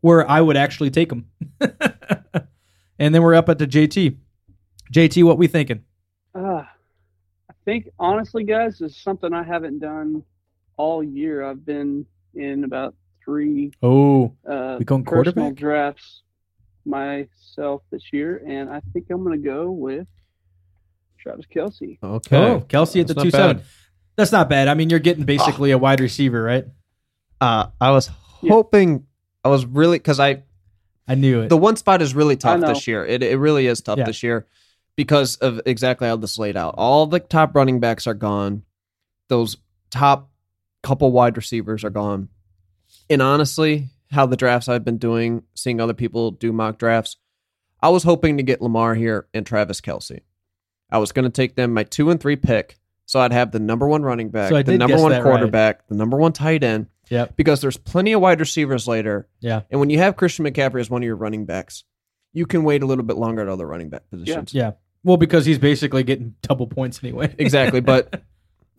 where I would actually take him. and then we're up at the JT. JT, what we thinking? Uh, I think honestly, guys, this is something I haven't done all year. I've been in about three Oh, uh, We going personal quarterback? drafts myself this year, and I think I'm going to go with Travis Kelsey. okay. oh, Kelsey at the That's two not bad. seven. That's not bad. I mean, you're getting basically a wide receiver, right? Uh, I was Yeah. hoping. I was really because I I knew it. the one spot is really tough know. this year. It it really is tough Yeah. this year because of exactly how this laid out. All the top running backs are gone. Those top couple wide receivers are gone. And honestly, how the drafts I've been doing, seeing other people do mock drafts, I was hoping to get Lamar here and Travis Kelsey. I was going to take them my two and three pick, so I'd have the number one running back, So I the did number guess one that right. quarterback, the number one tight end. Yep. Because there's plenty of wide receivers later, yeah, and when you have Christian McCaffrey as one of your running backs, you can wait a little bit longer at other running back positions. yeah. Well, because he's basically getting double points anyway. Exactly. But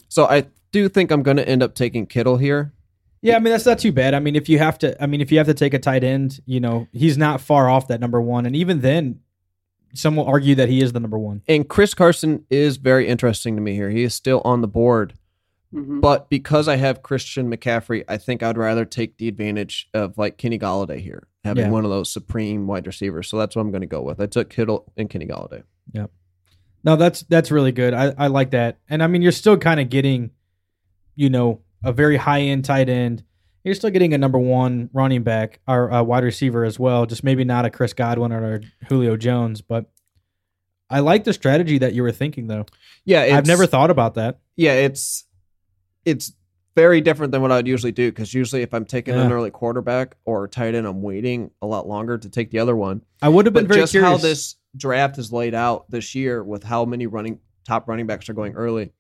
so I do think I'm going to end up taking Kittle here. yeah, I mean that's not too bad. I mean, if you have to, I mean, if you have to take a tight end, you know, he's not far off that number one, and even then, some will argue that he is the number one. And Chris Carson is very interesting to me here. He is still on the board. Mhm. But because I have Christian McCaffrey, I think I'd rather take the advantage of like Kenny Galladay here, having Yeah. one of those supreme wide receivers. So that's what I'm going to go with. I took Kittle and Kenny Galladay. No, that's that's really good. I, I like that. And I mean you're still kind of getting, you know, a very high end tight end. You're still getting a number one running back or a wide receiver as well. Just maybe not a Chris Godwin or a Julio Jones, but I like the strategy that you were thinking though. Yeah, I've it's- never thought about that. yeah, it's it's very different than what I would usually do because usually if I'm taking an Yeah. early quarterback or tight end, I'm waiting a lot longer to take the other one. I would have been But very just curious. how this draft is laid out this year with how many running top running backs are going early,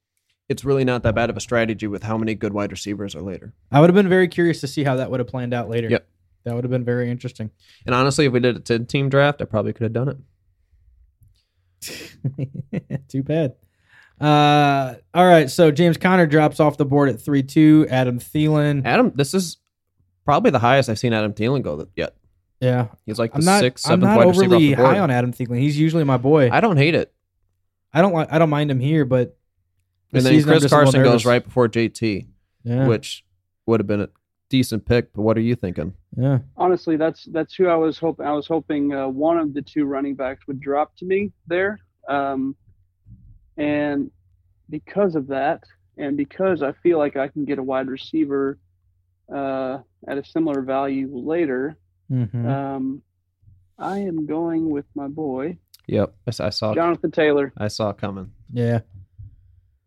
it's really not that bad of a strategy with how many good wide receivers are later. I would have been very curious to see how that would have planned out later. Yep. That would have been very interesting. And honestly, if we did a 10 team draft, I probably could have done it. Too bad. Uh, all right. So James Conner drops off the board at three two. Adam Thielen. Adam, this is probably the highest I've seen Adam Thielen go th- yet. Yeah, He's like the I'm not. sixth, I'm seventh not wide receiver off overly the board. high on Adam Thielen. He's usually my boy. I, I don't hate it. don't like. I don't mind him here, but the And then season I'm Chris just a little Carson goes nervous. right before JT. Yeah, which would have been a decent pick. But what are you thinking? yeah, honestly, that's that's who I was hoping. I was hoping uh, one of the two running backs would drop to me there, um, and because of that, and because I feel like I can get a wide receiver uh, at a similar value later, Mhm. um, I am going with my boy Yep, I s- I saw. It. Jonathan Taylor. I saw it coming. yeah.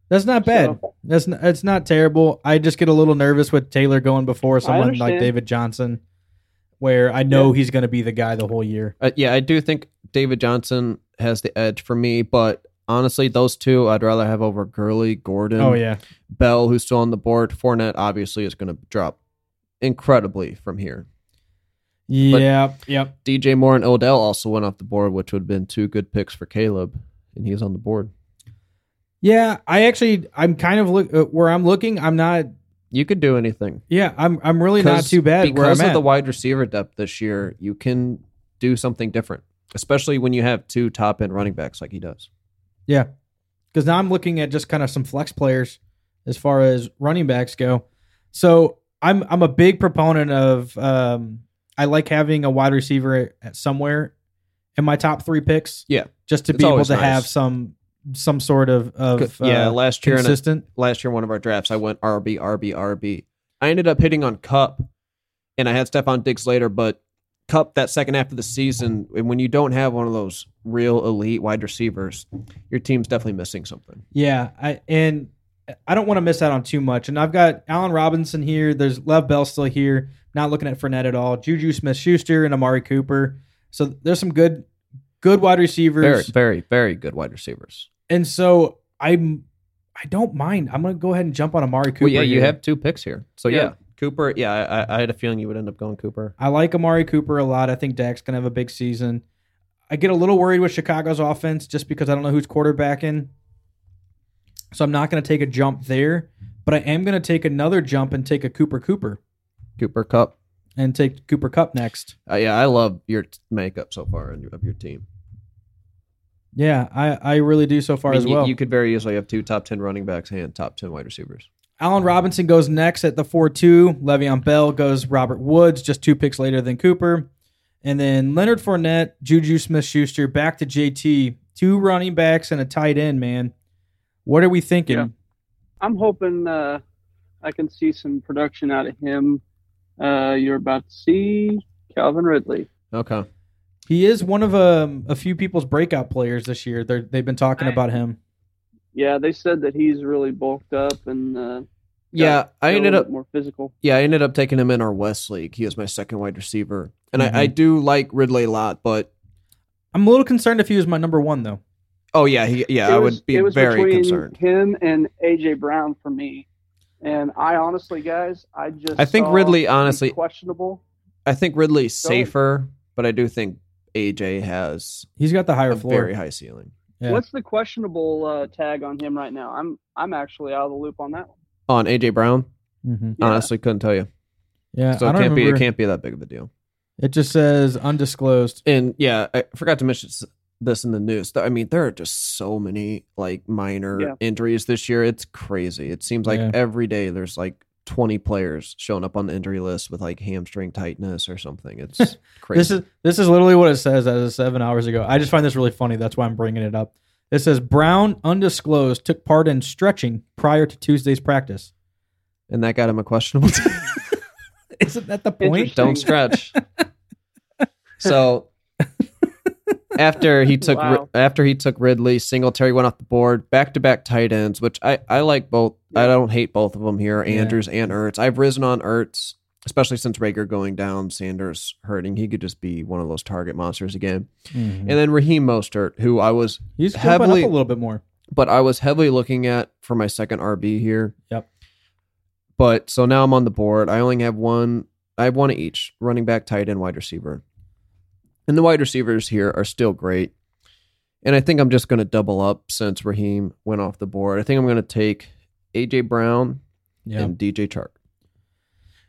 That's not bad. So- That's not, it's not terrible. I just get a little nervous with Taylor going before someone like understand. David Johnson, where I know he's going to be the guy the whole year. Uh, yeah, I do think David Johnson has the edge for me, but honestly, those two I'd rather have over Gurley, Gordon, Oh yeah, Bell, who's still on the board. Fournette obviously is going to drop incredibly from here. yeah, yep. DJ Moore and Odell also went off the board, which would have been two good picks for Caleb, and he's on the board. Yeah, I actually, I'm kind of look uh, where I'm looking. I'm not. You could do anything. Yeah, I'm. I'm really not 'Cause- too bad where because I'm of at. the wide receiver depth this year. You can do something different, especially when you have two top end running backs like he does. Yeah. Because now I'm looking at just kind of some flex players as far as running backs go. So I'm I'm a big proponent of um, I like having a wide receiver at somewhere in my top three picks. Yeah. just to It's be able always to nice. have some some sort of of yeah, uh, last year in a, consistent. last year in one of our drafts, I went RB RB RB. I ended up hitting on Cup, and I had Stephon Diggs later, but Cup that second half of the season, and when you don't have one of those real elite wide receivers, your team's definitely missing something. Yeah, I and I don't want to miss out on too much. And I've got Allen Robinson here. There's Lev Bell still here. Not looking at Fournette at all. Juju Smith Schuster and Amari Cooper. So there's some good good wide receivers. Very, very, very good wide receivers. And so I'm I don't mind. I'm gonna go ahead and jump on Amari Cooper. well, yeah, you here. have two picks here, so yeah, Yeah. Cooper. Yeah, I, I- I had a feeling you would end up going Cooper. I like Amari Cooper a lot. I think Dak's gonna have a big season. I get a little worried with Chicago's offense just because I don't know who's quarterbacking. So I'm not gonna take a jump there, but I am gonna take another jump and take a Cooper Cooper Cooper Cup. and take Cooper Cup next. Uh, yeah, I love your t- makeup so far and your- of your team. Yeah, I, I really do so far I mean, as you- well. you, could very easily have two top ten running backs and top ten wide receivers. Allen Robinson goes next at the 4 2. Le'Veon Bell goes Robert Woods, just two picks later than Cooper. And then Leonard Fournette, Juju Smith Schuster, back to JT. Two running backs and a tight end, man. What are we thinking? Yeah. I'm hoping uh, I can see some production out of him. Uh, you're about to see Calvin Ridley. Okay, He is one of um, a few people's breakout players this year. They're, they've been talking about him. Yeah, they said that he's really bulked up and uh, yeah, I a ended little up bit more physical. Yeah, I ended up taking him in our West League. He is my second wide receiver. And I, I do like Ridley a lot, but I'm a little concerned if he was my number one, though. oh yeah, he, yeah, It I was- would be it was very between concerned. Him and AJ Brown for me, and I honestly, guys, I just I think saw Ridley the honestly questionable. I think Ridley's Go ahead. safer, but I do think AJ has He's got the higher a floor. very high ceiling. Yeah. What's the questionable uh, tag on him right now? I'm I'm actually out of the loop on that one. On AJ Brown, hmm Yeah. honestly couldn't tell you. Yeah, So I it don't can't be remember. it It, can't be that big of a deal. just says undisclosed. And yeah, I forgot to mention s- this in the news. Th- I mean, there are just so many like minor Yeah. injuries this year. It's crazy. It seems like Yeah. every day there's like 20 players showing up on the injury list with like hamstring tightness or something. It's crazy. This is this is literally what it says as of seven hours ago. I just find this really funny. That's why I'm bringing it up. It says Brown, undisclosed, took part in stretching prior to Tuesday's practice. and that got him a questionable. Isn't that the point? Interesting. Don't stretch. so after he took Ri- Wow. after he took Ridley, Singletary went off the board. Back to back tight ends, which I I like both. I Yeah. don't hate both of them here. Yeah. Andrews and Ertz. I've risen on Ertz, especially since Rager going down, Sanders hurting. He could just be one of those target monsters again. Mhm. And then Raheem Mostert, who I was He's jumping heavily- up a little bit more. but I was heavily looking at for my second RB here. Yep. But so now I'm on the board. I only have one. I have one of each: running back, tight end, wide receiver. And the wide receivers here are still great. And I think I'm just going to double up since Raheem went off the board. I think I'm going to take AJ Brown Yeah, and DJ Chark.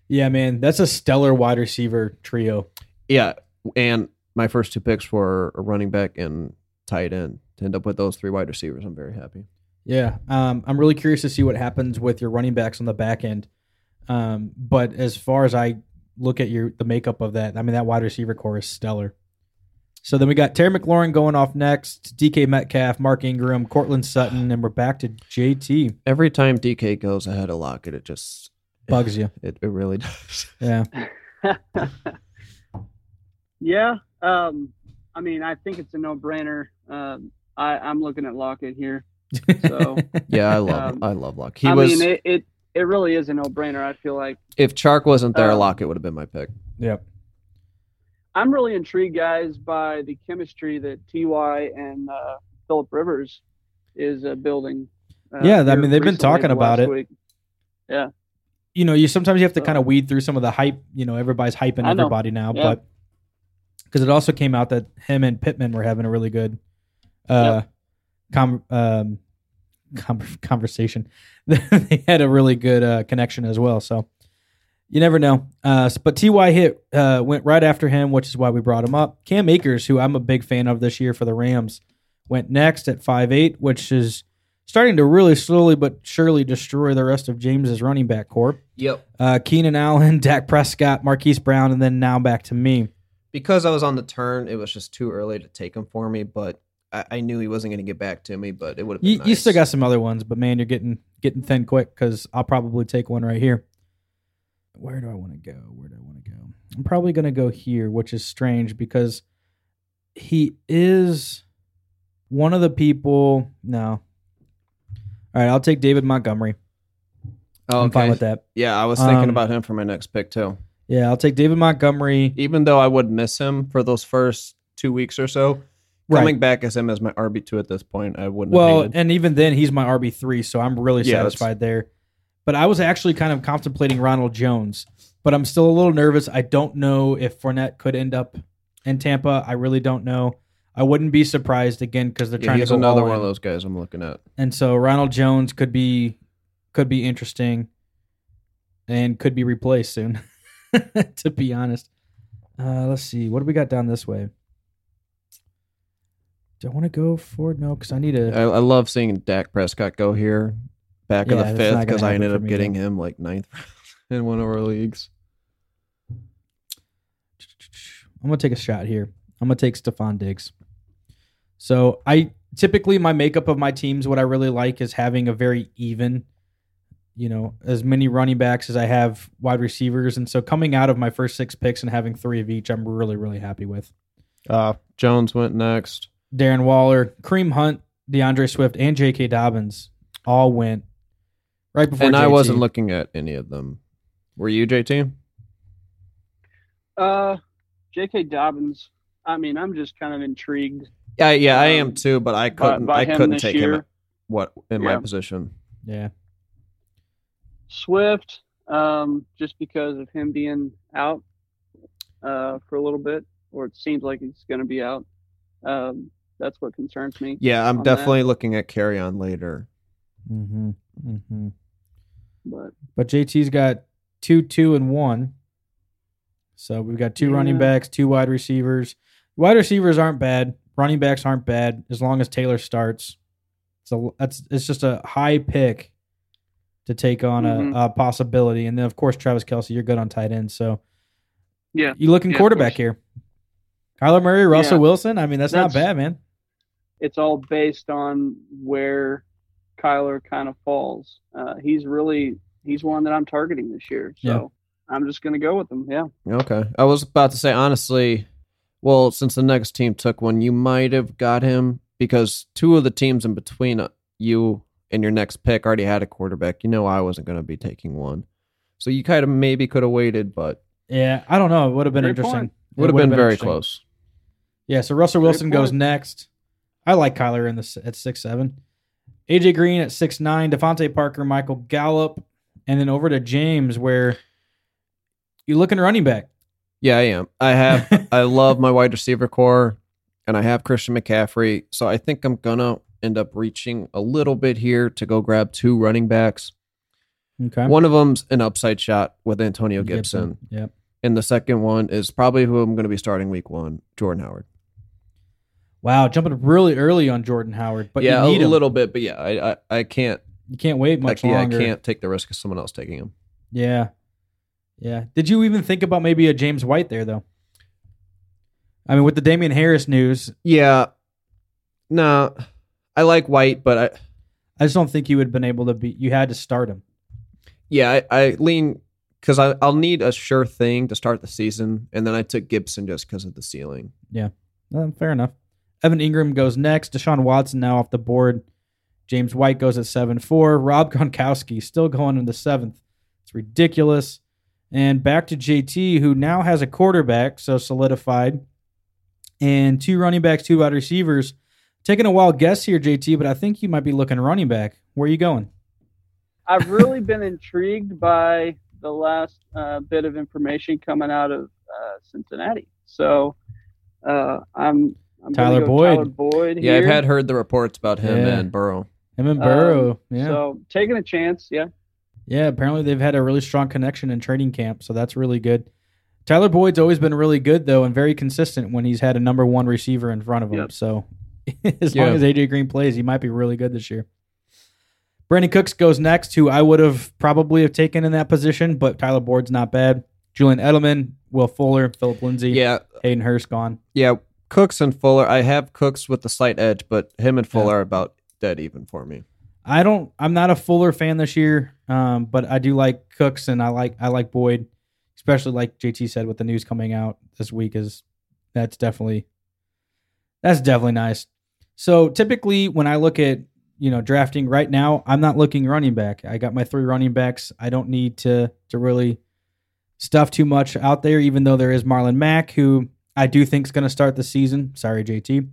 yeah, man, that's a stellar wide receiver trio. Yeah, and my first two picks were a running back and tight end. To end up with those three wide receivers, I'm very happy. Yeah, um, I'm really curious to see what happens with your running backs on the back end. Um, but as far as I look at your the makeup of that, I mean that wide receiver core is stellar. So then we got Terry McLaurin going off next, DK Metcalf, Mark Ingram, Cortland Sutton, and we're back to JT. Every time DK goes ahead of Lockett, it just Bugs you, It, it really does. yeah. Yeah, um, I mean, I think it's a no-brainer. Um, I, I'm looking at Lockett here. So- Yeah, I love Um, I love Luck. He I was mean, it, it it really is a no-brainer. I feel like. if Chark wasn't there, um, Lockett would have been my pick. yep. I'm really intrigued, guys, by the chemistry that Ty and uh, Philip Rivers is uh, building. Uh, Yeah, I mean, here they've been recently, talking the about last it. week. You know, you sometimes you have to So- kind of weed through some of the hype. You know, everybody's hyping Uh, I know. everybody now, Yeah. but because it also came out that him and Pittman were having a really good uh, com- um, com- conversation. they had a really good uh, connection as well. So you never know. Uh, s- but Ty hit uh, went right after him, which is why we brought him up. Cam Akers, who I'm a big fan of this year for the Rams, went next at five eight, which is starting to really slowly but surely destroy the rest of James's running back corps. Yep. Uh, Keenan Allen, Dak Prescott, Marquise Brown, and then now back to me. Because I was on the turn, it was just too early to take him for me, but I, I knew he wasn't going to get back to me, but it would have been You, you nice. still got some other ones, but man, you're getting getting thin quick because I'll probably take one right here. where do I want to go? Where do I want to go? I'm probably going to go here, which is strange because he is one of the people. No. All right, I'll take David Montgomery. Oh, I'm fine with that. Yeah, I was thinking Um, about him for my next pick too. Yeah, I'll take David Montgomery. Even though I would miss him for those first two weeks or so, Right. coming back as him as my RB two at this point, I wouldn't. have Well, hated. and even then, he's my RB three, so I'm really Yeah, that's- satisfied there. But I was actually kind of contemplating Ronald Jones, but I'm still a little nervous. I don't know if Fournette could end up in Tampa. I really don't know. I wouldn't be surprised again because they're Yeah, trying he's to go another all in. one of those guys I'm looking at. and so Ronald Jones could be could be interesting and could be replaced soon. to be honest, uh, let's see what do we got down this way. Do I want to go for no? Because I need a. I, I love seeing Dak Prescott go here back Yeah, of that's not the fifth gonna because I happen ended for up me, getting him like ninth in one of our leagues. I'm gonna take a shot here. I'm gonna take Stefan Diggs. So I typically my makeup of my teams, what I really like is having a very even, you know, as many running backs as I have wide receivers. And so coming out of my first six picks and having three of each, I'm really, really happy with. Uh, Jones went next. Darren Waller, Cream Hunt, DeAndre Swift, and J.K. Dobbins all went right before. and I JT. wasn't looking at any of them. Were you, JT? Uh, J.K. Dobbins. I mean, I'm just kind of intrigued Yeah, yeah, I am Um, too, but I by, couldn't. by I him couldn't this take year. him. At what in my Yeah. position? Yeah, Swift, um, just because of him being out uh, for a little bit, or it seems like he's going to be out. Um, that's what concerns me. Yeah, I'm On that. definitely looking at carry on later. mm-hmm. Mm-hmm. But But JT's got two, two, and one. So we've got two running Yeah. backs, two wide receivers. Wide receivers aren't bad. Running backs aren't bad as long as Taylor starts. So that's it's just a high pick to take on Mm-hmm. a, a possibility. And then of course Travis Kelsey, you're good on tight end. So Yeah. you looking Yeah, of quarterback course. here. Kyler Murray, Russell Yeah. Wilson. I mean, that's, not That's- bad, man. it's all based on where Kyler kind of falls. Uh, he's really he's one that I'm targeting this year, so I'm just going to go with him. Yeah, Okay, I was about to say honestly. Well, since the next team took one, you might have got him because two of the teams in between uh, you and your next pick already had a quarterback. You know, I wasn't going to be taking one, so you kind of maybe could have waited, but Yeah, I don't know. It would have been Great interesting. point. It would have would've been, very interesting. close. Yeah, so Russell Great Wilson goes point. next. I like Kyler in the s- at six seven. AJ Green at six nine. Devontae Parker, Michael Gallup, and then over to James, where you looking running back. Yeah, I am. I have. I love my wide receiver core, and I have Christian McCaffrey. So I think I'm gonna end up reaching a little bit here to go grab two running backs. okay. One of them's an upside shot with Antonio Gibson, Yep. and the second one is probably who I'm gonna be starting week one, Jordan Howard. Wow, jumping really early on Jordan Howard, but yeah, you need a him. little bit, but yeah, I I, I can't. You can't wait much Like, yeah, I longer. can't take the risk of someone else taking him. Yeah. Yeah. Did you even think about maybe a James White there though? I mean, with the Damian Harris news, Yeah, no, I like White, but I I just don't think you would have been able to be. You had to start him. Yeah, I, I lean because I'll need a sure thing to start the season, and then I took Gibson just because of the ceiling. Um, fair enough. Evan Ingram goes next. Deshaun Watson now off the board. James White goes at 7 4. Rob Gronkowski still going in the seventh. It's ridiculous. And back to JT, who now has a quarterback, so solidified, and two running backs, two wide receivers. Taking a wild guess here, JT, but I think you might be looking running back. Where are you going? I've really been intrigued by the last uh, bit of information coming out of uh, Cincinnati. So uh, I'm, I'm gonna Tyler go Boyd. Tyler Boyd. Yeah, I've here. had heard the reports about him Yeah. and Burrow. Him and Um, Burrow. yeah. So taking a chance. Yeah, Yeah, apparently they've had a really strong connection in training camp, so that's really good. Tyler Boyd's always been really good though, and very consistent when he's had a number one receiver in front of him. Yep. So as Yeah. long as AJ Green plays, he might be really good this year. Brandon Cooks goes next, who I would have probably have taken in that position, but Tyler Boyd's not bad. Julian Edelman, Will Fuller, Philip Lindsay, Yeah, Hayden Hurst gone. yeah, Cooks and Fuller. I have Cooks with the slight edge, but him and Fuller are about dead even for me. I don't. I'm not a Fuller fan this year, um, but I do like Cooks and I like I like Boyd, especially like JT said with the news coming out this week is that's definitely that's definitely nice. So typically when I look at you know drafting right now, I'm not looking running back. I got my three running backs. I don't need to to really stuff too much out there, even though there is Marlon Mack who I do think is going to start the season. Sorry, JT.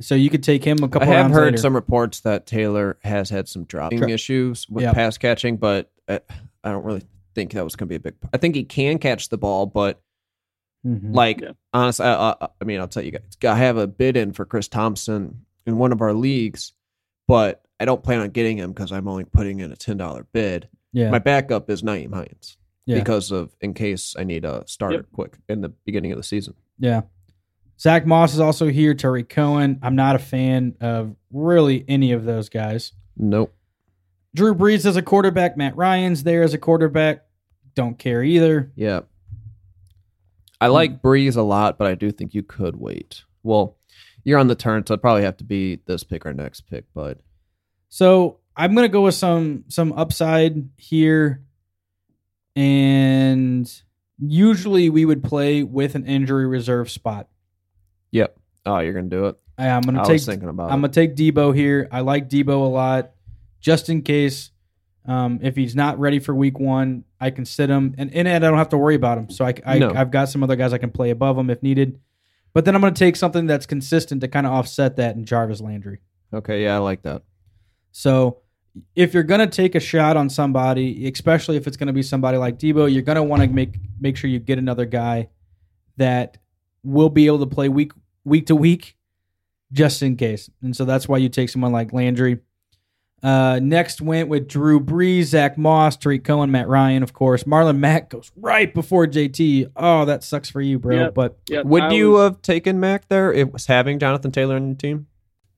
So you could take him a I couple. have rounds heard later. some reports that Taylor has had some dropping Dro- issues with Yeah. pass catching, but I, I don't really think that was going to be a big. I think he can catch the ball, but Mhm. like Yeah. honestly, I, I, I mean, I'll tell you guys, I have a bid in for Chris Thompson in one of our leagues, but I don't plan on getting him because I'm only putting in a ten dollar bid. yeah. My backup is Naeem Hines Yeah. because of in case I need a starter quick in the beginning of the season. Yeah. Zach Moss is also here. Terry Cohen. I'm not a fan of really any of those guys. Nope. Drew Brees is a quarterback. Matt Ryan's there as a quarterback. Don't care either. Yeah. Hmm. I like Breeze a lot, but I do think you could wait. Well, you're on the turn, so it'd probably have to be this pick or next pick, but So I'm gonna go with some some upside here. And usually we would play with an injury reserve spot. yep. Oh, you're gonna do it. I- I'm gonna i take was thinking about I'm it. gonna take Debo here. I like Debo a lot, just in case um, if he's not ready for Week One, I can sit him, and in it I don't have to worry about him. So I, I No. I've got some other guys I can play above him if needed. But then I'm gonna take something that's consistent to kind of offset that in Jarvis Landry. okay, yeah, I like that. So if you're gonna take a shot on somebody, especially if it's gonna be somebody like Debo, you're gonna want to make make sure you get another guy that will be able to play week week to week, just in case. And so that's why you take someone like Landry. Uh, next went with Drew Brees, Zach Moss, Tariq Cohen, Matt Ryan, of course. Marlon Mack goes right before JT. Oh, that sucks for you, bro. Yep. But Yeah, Would I you was- have taken Mac there? It was having Jonathan Taylor on your team.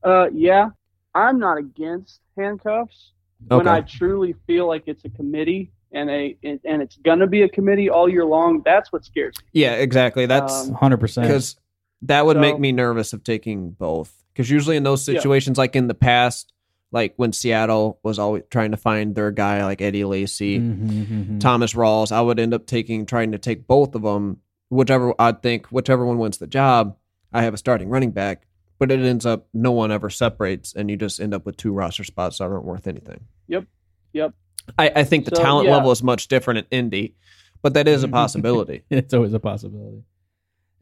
Uh, yeah, I'm not against handcuffs when Okay. I truly feel like it's a committee and a and, and it's gonna be a committee all year long. That's what scares me. Yeah, exactly. That's Um, 100. percent because that would make So- me nervous of taking both. Because usually in those Yeah. situations, like in the past, like when Seattle was always trying to find their guy, like Eddie Lacy, Mm-hmm, Mm-hmm. Thomas Rawls, I would end up taking trying to take both of them. Whichever I'd think, whichever one wins the job, I have a starting running back. But it ends up no one ever separates, and you just end up with two roster spots that aren't worth anything. Yep. Yep. I, I think the So, talent yeah. Mm-hmm. level is much different in Indy, but that is a possibility. it's always a possibility.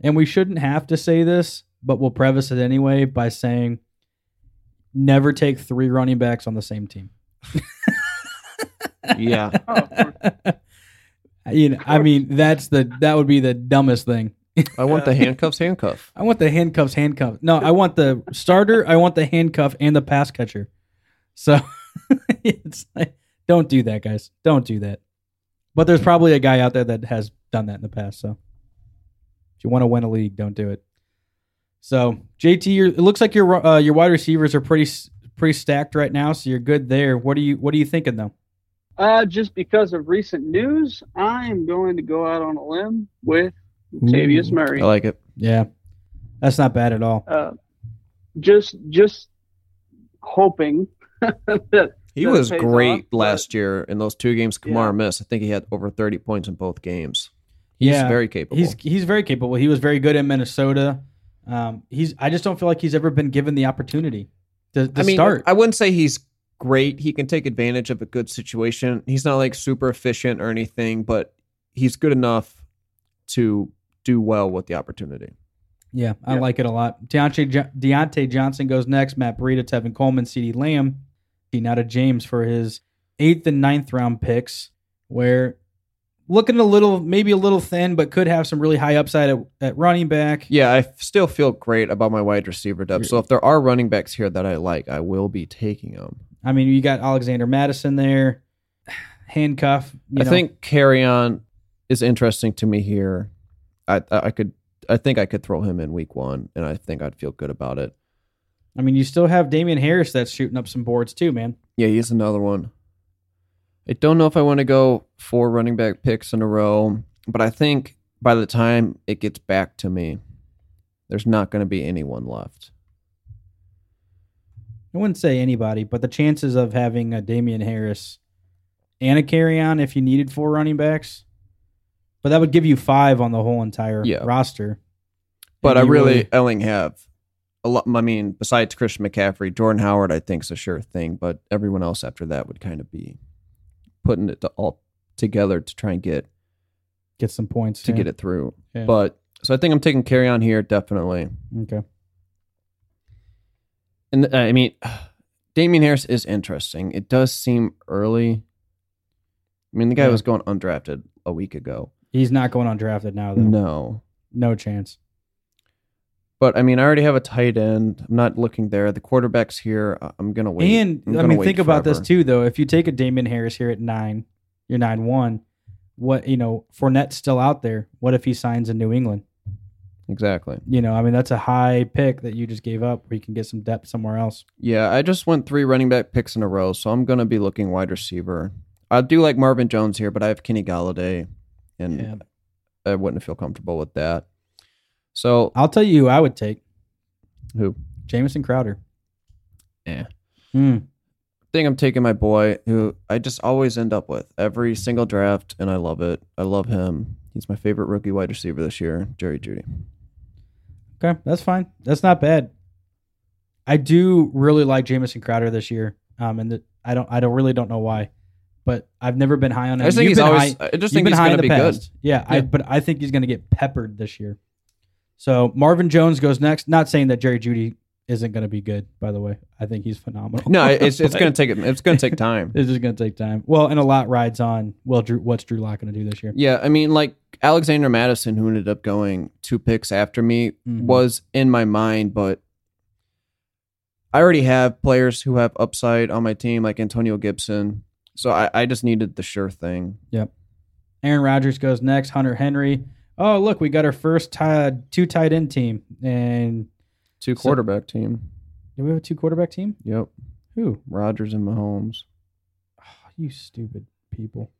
And we shouldn't have to say this, but we'll preface it anyway by saying never take three running backs on the same team. yeah. Oh, of course. you know, I mean, that's the that would be the dumbest thing. I want the handcuffs handcuff. I want the handcuffs, handcuffs. No, I want the starter, I want the handcuff and the pass catcher. So it's like don't do that, guys. Don't do that. But there's probably a guy out there that has done that in the past, so if you want to win a league, don't do it. So JT, you're, it looks like your uh, your wide receivers are pretty s- pretty stacked right now, so you're good there. What are you What are you thinking though? Uh, just because of recent news, I am going to go out on a limb with Tavius Ooh. Murray. I like it. Yeah, that's not bad at all. Uh, just just hoping that He that was pays great off, but- last year in those two games Kamara Yeah. missed. I think he had over 30 points in both games. He's yeah, very capable. He's he's very capable. He was very good in Minnesota. Um, he's I just don't feel like he's ever been given the opportunity to, to I mean, start. I wouldn't say he's great. He can take advantage of a good situation. He's not like super efficient or anything, but he's good enough to do well with the opportunity. yeah, I Yeah. like it a lot. Deontay, Jo- Deontay Johnson goes next. Matt Breida, Tevin Coleman, Ceedee Lamb. Now to James for his eighth and ninth round picks, where looking a little maybe a little thin, but could have some really high upside at, at running back. Yeah, I f- still feel great about my wide receiver depth. So if there are running backs here that I like, I will be taking them. I mean, you got Alexander Madison there, handcuff. You I know. think carry on is interesting to me here. I I I could I think I could throw him in week one, and I think I'd feel good about it. I mean, you still have Damian Harris that's shooting up some boards too, man. Yeah, he's another one. I don't know if I want to go four running back picks in a row, but I think by the time it gets back to me, there's not going to be anyone left. I wouldn't say anybody, but the chances of having a Damian Harris and a carry on if you needed four running backs, but that would give you five on the whole entire Yeah. roster. But I And you really, I only have a lot. I mean, besides Christian McCaffrey, Jordan Howard, I think is a sure thing. But everyone else after that would kind of be putting it to all together to try and get get some points to yeah. get it through. Yeah. But so I think I'm taking carry on here definitely. Okay. And uh, I mean, Damian Harris is interesting. It does seem early. I mean, the guy Yeah. was going undrafted a week ago. He's not going undrafted now, though. No, No. chance. But I mean, I already have a tight end. I'm not looking there. The quarterback's here. I- I'm gonna wait. and I'm I gonna mean, wait think about this forever. too, though. If you take a Damon Harris here at nine, you're nine one. What you know, Fournette's still out there. What if he signs in New England? Exactly. You know, I mean, that's a high pick that you just gave up, where you can get some depth somewhere else. Yeah, I just went three running back picks in a row, so I'm gonna be looking wide receiver. I do like Marvin Jones here, but I have Kenny Galladay, and Yeah. I wouldn't feel comfortable with that. So I'll tell you, who I would take who? Jamison Crowder. Yeah. Hmm. think I'm taking my boy, who I just always end up with every single draft, and I love it. I love him. He's my favorite rookie wide receiver this year, Jerry Judy. Okay, that's fine. That's not bad. I do really like Jamison Crowder this year, um, and the, I don't, I don't really don't know why, but I've never been high on him. I just think You've he's been always. high- I just You've think been he's high in gonna the be good. past. Yeah, I, Yeah. but I think he's going to get peppered this year. So Marvin Jones goes next. Not saying that Jerry Judy isn't going to be good, by the way. I think he's phenomenal. No, it's it's But gonna take it's gonna take time. This is going to take time. Well, and a lot rides on. Well, Drew, what's Drew Lock going to do this year? Yeah, I mean, like Alexander Madison, who ended up going two picks after me, Mhm. was in my mind, but I already have players who have upside on my team, like Antonio Gibson. So I, I just needed the sure thing. Aaron Rodgers goes next. Hunter Henry. Oh, look, we got our first ti- two tight end team, and Two So- quarterback team. do we have a two quarterback team? Yep. Who? Rodgers and Mahomes. Oh, you stupid people.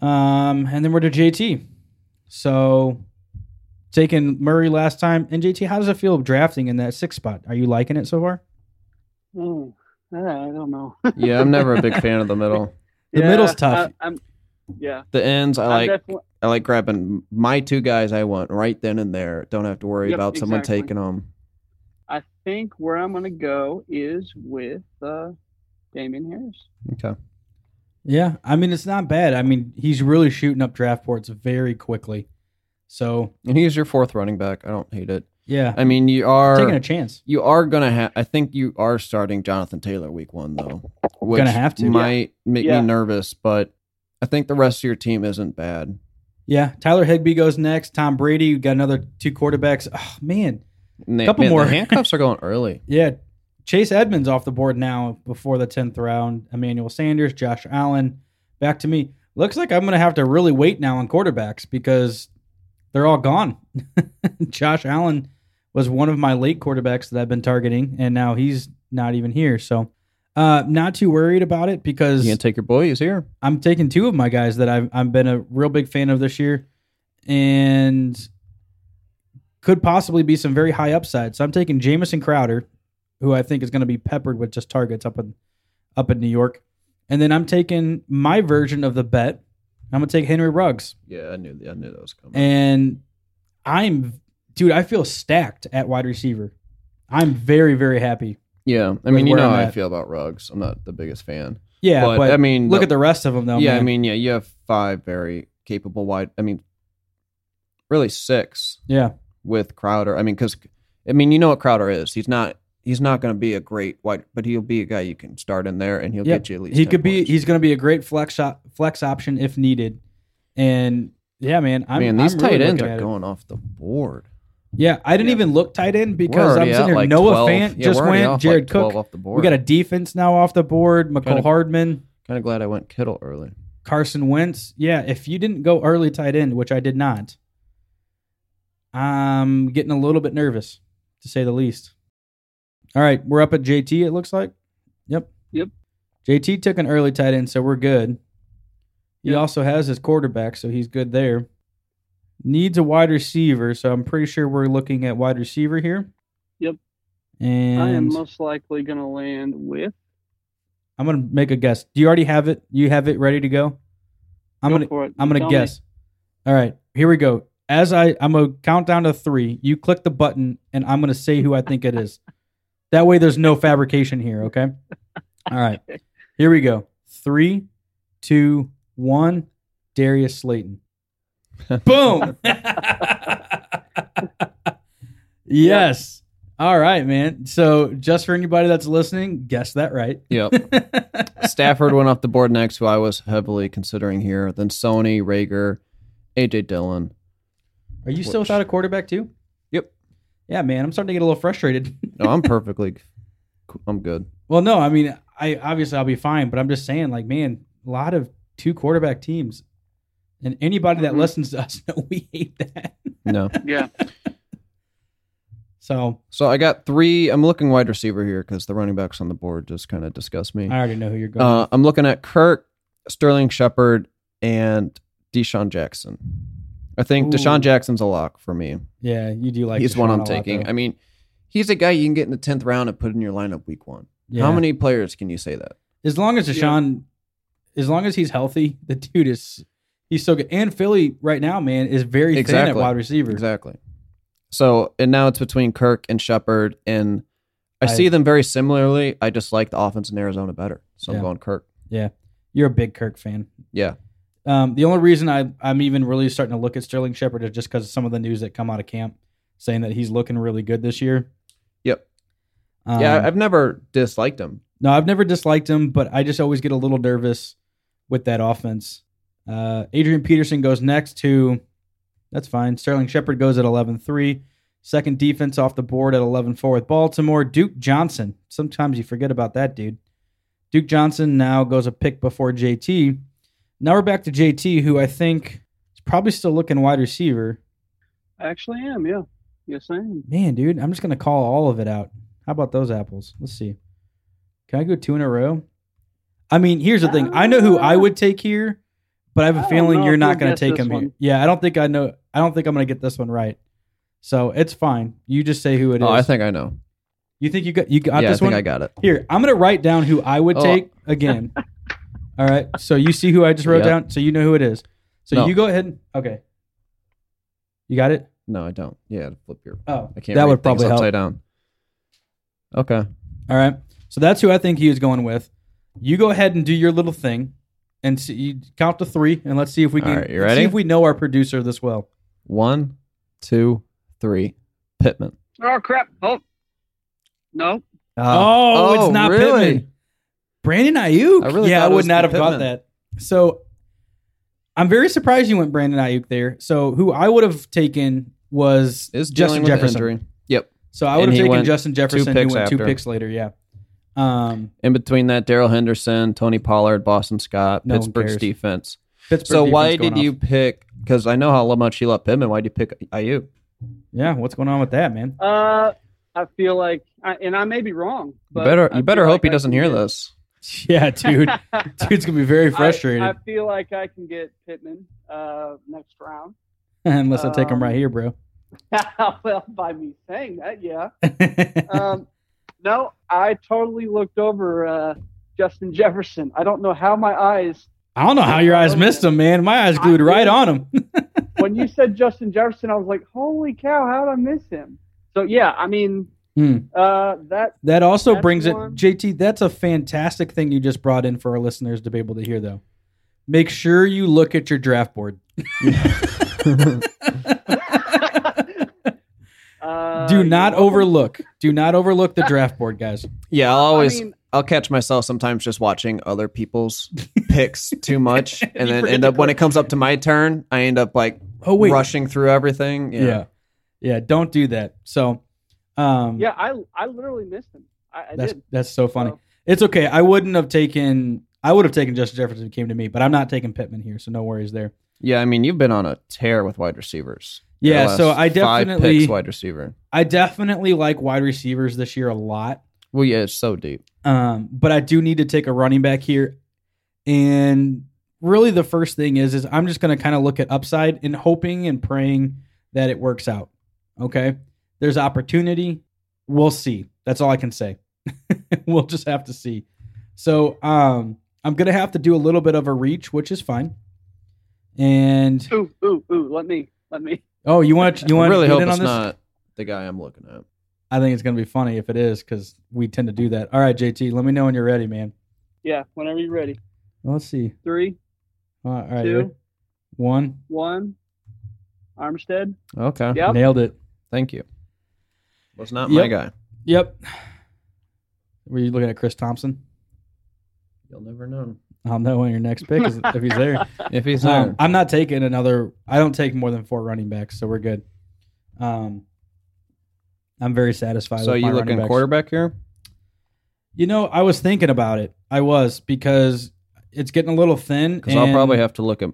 Um, and then we're to JT. So taking Murray last time. And JT, how does it feel drafting in that sixth spot? Are you liking it so far? Oh, I don't know. Yeah, I'm never a big fan of the middle. The middle's tough. I, am yeah, The ends, I I'm like. definitely- I like grabbing my two guys I want right then and there. Don't have to worry Yep, about someone exactly. taking them. I think where I'm going to go is with uh, Damien Harris. Okay. Yeah. I mean, it's not bad. I mean, he's really shooting up draft boards very quickly. So And he's your fourth running back. I don't hate it. yeah, I mean, you are taking a chance. You are gonna have. I think you are starting Jonathan Taylor week one though, which Gonna have to. might make Yeah. me nervous. But I think the rest of your team isn't bad. Yeah. Tyler Higby goes next. Tom Brady. We got another two quarterbacks. Oh man. And they- Couple more. the handcuffs are going early. Yeah. Chase Edmonds off the board now before the 10th round. Emmanuel Sanders, Josh Allen. Back to me. Looks like I'm going to have to really wait now on quarterbacks because they're all gone. Josh Allen was one of my late quarterbacks that I've been targeting, and now he's not even here. So, uh, not too worried about it because You gonna take your boy? He's here. I'm taking two of my guys that I've I've been a real big fan of this year, and could possibly be some very high upside. So I'm taking Jamison Crowder, who I think is going to be peppered with just targets up in up in New York, and then I'm taking my version of the bet. I'm going to take Henry Ruggs, Yeah, I knew. I knew that was coming. and I'm dude. I feel stacked at wide receiver. I'm very very happy. yeah, I With mean, you where know I'm how I at. feel about rugs. I'm not the biggest fan. Yeah, but, But, I mean, look the- at the rest of them though. yeah, I Oh, man. mean, yeah, you have five very capable wide. I mean, really six yeah, with Crowder. I mean, because I mean, you know what Crowder is. He's not. He's not going to be a great wide, but he'll be a guy you can start in there, and he'll Yep. get you at least. he 10 could be points. he's going to be a great flex op, flex option if needed and yeah man i'm Man, these I'm really tight ends looking are at it. going off the board. yeah i didn't Yeah. even look tight end We're because already i'm sitting at, here like, noah 12. fant Yeah, just we're already went off, jared like, 12 cook off the board. we got a defense now off the board McCole Kinda- hardman kind of glad I went Kittle early. carson wentz yeah if you didn't go early tight end which i did not i'm getting a little bit nervous to say the least all right we're up at jt it looks like yep Yep. jt took an early tight end so we're good He Yep. also has his quarterback, so he's good there. Needs a wide receiver, so I'm pretty sure we're looking at wide receiver here. Yep. And I am most likely going to land with. I'm gonna make a guess. Do you already have it? You have it ready to go? I'm Go gonna for it. I'm gonna Tell me. guess. All right, here we go. As I I'm gonna count down to three. You click the button, and I'm gonna say who I think it is. That way, there's no fabrication here. Okay. All right. Here we go. Three, two, one. Darius Slayton. Boom. yes. All right, man. So, just for anybody that's listening, guess that right. Yep. Stafford went off the board next, who I was heavily considering here. Then Sony, Rager, AJ Dillon. Are you still without a quarterback too? Yep. Yeah, man. I'm starting to get a little frustrated. No, I'm perfectly. I'm good. well, no, I mean, I obviously I'll be fine, but I'm just saying, like, man, a lot of two quarterback teams, and anybody that Mm-hmm. Mhm. listens to us know we hate that. No. Yeah. So So I got three. I'm looking wide receiver here because the running backs on the board just kind of disgust me. I already know who you're going. Uh, I'm looking at Kirk, Sterling Shepard, and Deshaun Jackson. I think Ooh. Deshaun Jackson's a lock for me. yeah, you do like. he's one Deshaun I'm a lot, taking. though. I mean, he's a guy you can get in the tenth round and put in your lineup week one. Yeah. How many players can you say that? As long as Yeah. Deshaun, as long as he's healthy, the dude is he's so good. And Philly right now, man, is very thin at Exactly. wide receiver. Exactly. So and now it's between Kirk and Shepard, and I, I- see them very similarly. I just like the offense in Arizona better, so Yeah. I'm going Kirk. You're a big Kirk fan. Yeah. Um, the only reason I, I'm even really starting to look at Sterling Shepard is just because of some of the news that come out of camp saying that he's looking really good this year. Yep. Um, yeah, I've never disliked him. no, I've never disliked him, but I just always get a little nervous with that offense. Uh, Adrian Peterson goes next to, that's fine. Sterling Shepard goes at 11 3. Second defense off the board at 11 4 with Baltimore. Duke Johnson. Sometimes you forget about that dude. Duke Johnson now goes a pick before JT. Now we're back to JT, who I think is probably still looking wide receiver. I actually am. Yeah. Yes, I am. Man, dude, I'm just gonna call all of it out. How about those apples? Let's see. Can I go two in a row? I mean, here's the thing. I know who I would take here, but I have a I don't feeling know you're if not you'll gonna guess take this him here. one. Yeah, I don't think I know. I don't think I'm gonna get this one right. So it's fine. You just say who it is. Oh, I think I know. you think you got you got yeah, I this think one. I got it. Here, I'm gonna write down who I would Oh. take again. All right. So you see who I just wrote Yeah. down, so you know who it is. So No. you go ahead. and Okay. You got it. No, I don't. Yeah, flip your. Oh, I can't. that read would things probably help. upside down. Okay. All right. So that's who I think he is going with. You go ahead and do your little thing, and see, you count to three, and let's see if we All can right, you let's see ready? if we know our producer this well. One, two, three. Pittman. Oh crap! Oh. No. oh, it's not really? Pittman. Brandon Ayuk. I really yeah, thought I it would was not have Pittman. got that. So I'm very surprised you went Brandon Ayuk there. So who I would have taken was Is Justin dealing with Jefferson. injury. Yep. So I would have And he taken went Justin Jefferson, who picks went two after. picks later. Yeah. Um, In between that, Daryl Henderson, Tony Pollard, Boston Scott, No one Pittsburgh's cares. defense. Pittsburgh So why defense going did you off. pick? Because I know how much you love Pittman. Why did you pick IU? Yeah, what's going on with that, man? Uh, I feel like, I, and I may be wrong. You But better. I You better feel hope he like I doesn't can hear get- this. Yeah, dude. Dude's gonna be very frustrated I, I feel like I can get Pittman uh, next round. unless I take him um, right here, bro. well, by me saying that, yeah. Um, no, I totally looked over uh, Justin Jefferson. I don't know how my eyes. I don't know how your eyes missed him, man. My eyes glued I- right on him. When you said Justin Jefferson, I was like, "Holy cow! How did I miss him?" So yeah, I mean, Hmm. uh, that That also That's brings one. it, JT. That's a fantastic thing you just brought in for our listeners to be able to hear, though. Make sure you look at your draft board. uh, Do not you know, overlook. Do not overlook the draft board, guys. Yeah, I'll I always. mean- I'll catch myself sometimes just watching other people's picks too much, and You then forget end to up when it comes up to my turn, I end up like Oh wait, rushing through everything. yeah. yeah, Don't do that. So, um, Yeah, I I literally missed him. I, I that's did. that's so funny. So- It's okay. I wouldn't have taken. I would have taken Justin Jefferson if he came to me, but I'm not taking Pittman here, so no worries there. Yeah, I mean, you've been on a tear with wide receivers. The Yeah, last so I five definitely, picks wide receiver. I definitely like wide receivers this year a lot. Well, yeah, it's so deep. Um, but I do need to take a running back here, and really the first thing is is I'm just going to kind of look at upside and hoping and praying that it works out. Okay, there's opportunity. We'll see. That's all I can say. we'll just have to see. So um, I'm gonna have to do a little bit of a reach, which is fine. And Ooh, ooh, ooh. Let me, let me. oh, you want you I want really to get hope in it's on this? not the guy I'm looking at. I think it's gonna be funny if it is because we tend to do that. All right, JT, let me know when you're ready, man. Yeah, whenever you're ready. Well, let's see. Three, All right, all right, Two. ready? one, one. Armstead. Uh, Okay. Yep. nailed it. Thank you. Was not my Yep. guy. Yep. Were you looking at Chris Thompson? You'll never know. I'll know when your next pick is if he's there. If he's there. Um, I'm not taking another. I don't take more than four running backs, so we're good. Um, I'm very satisfied. so with my you running looking backs. quarterback here? You know, I was thinking about it. I was because it's getting a little thin. Because I'll probably and- have to look at.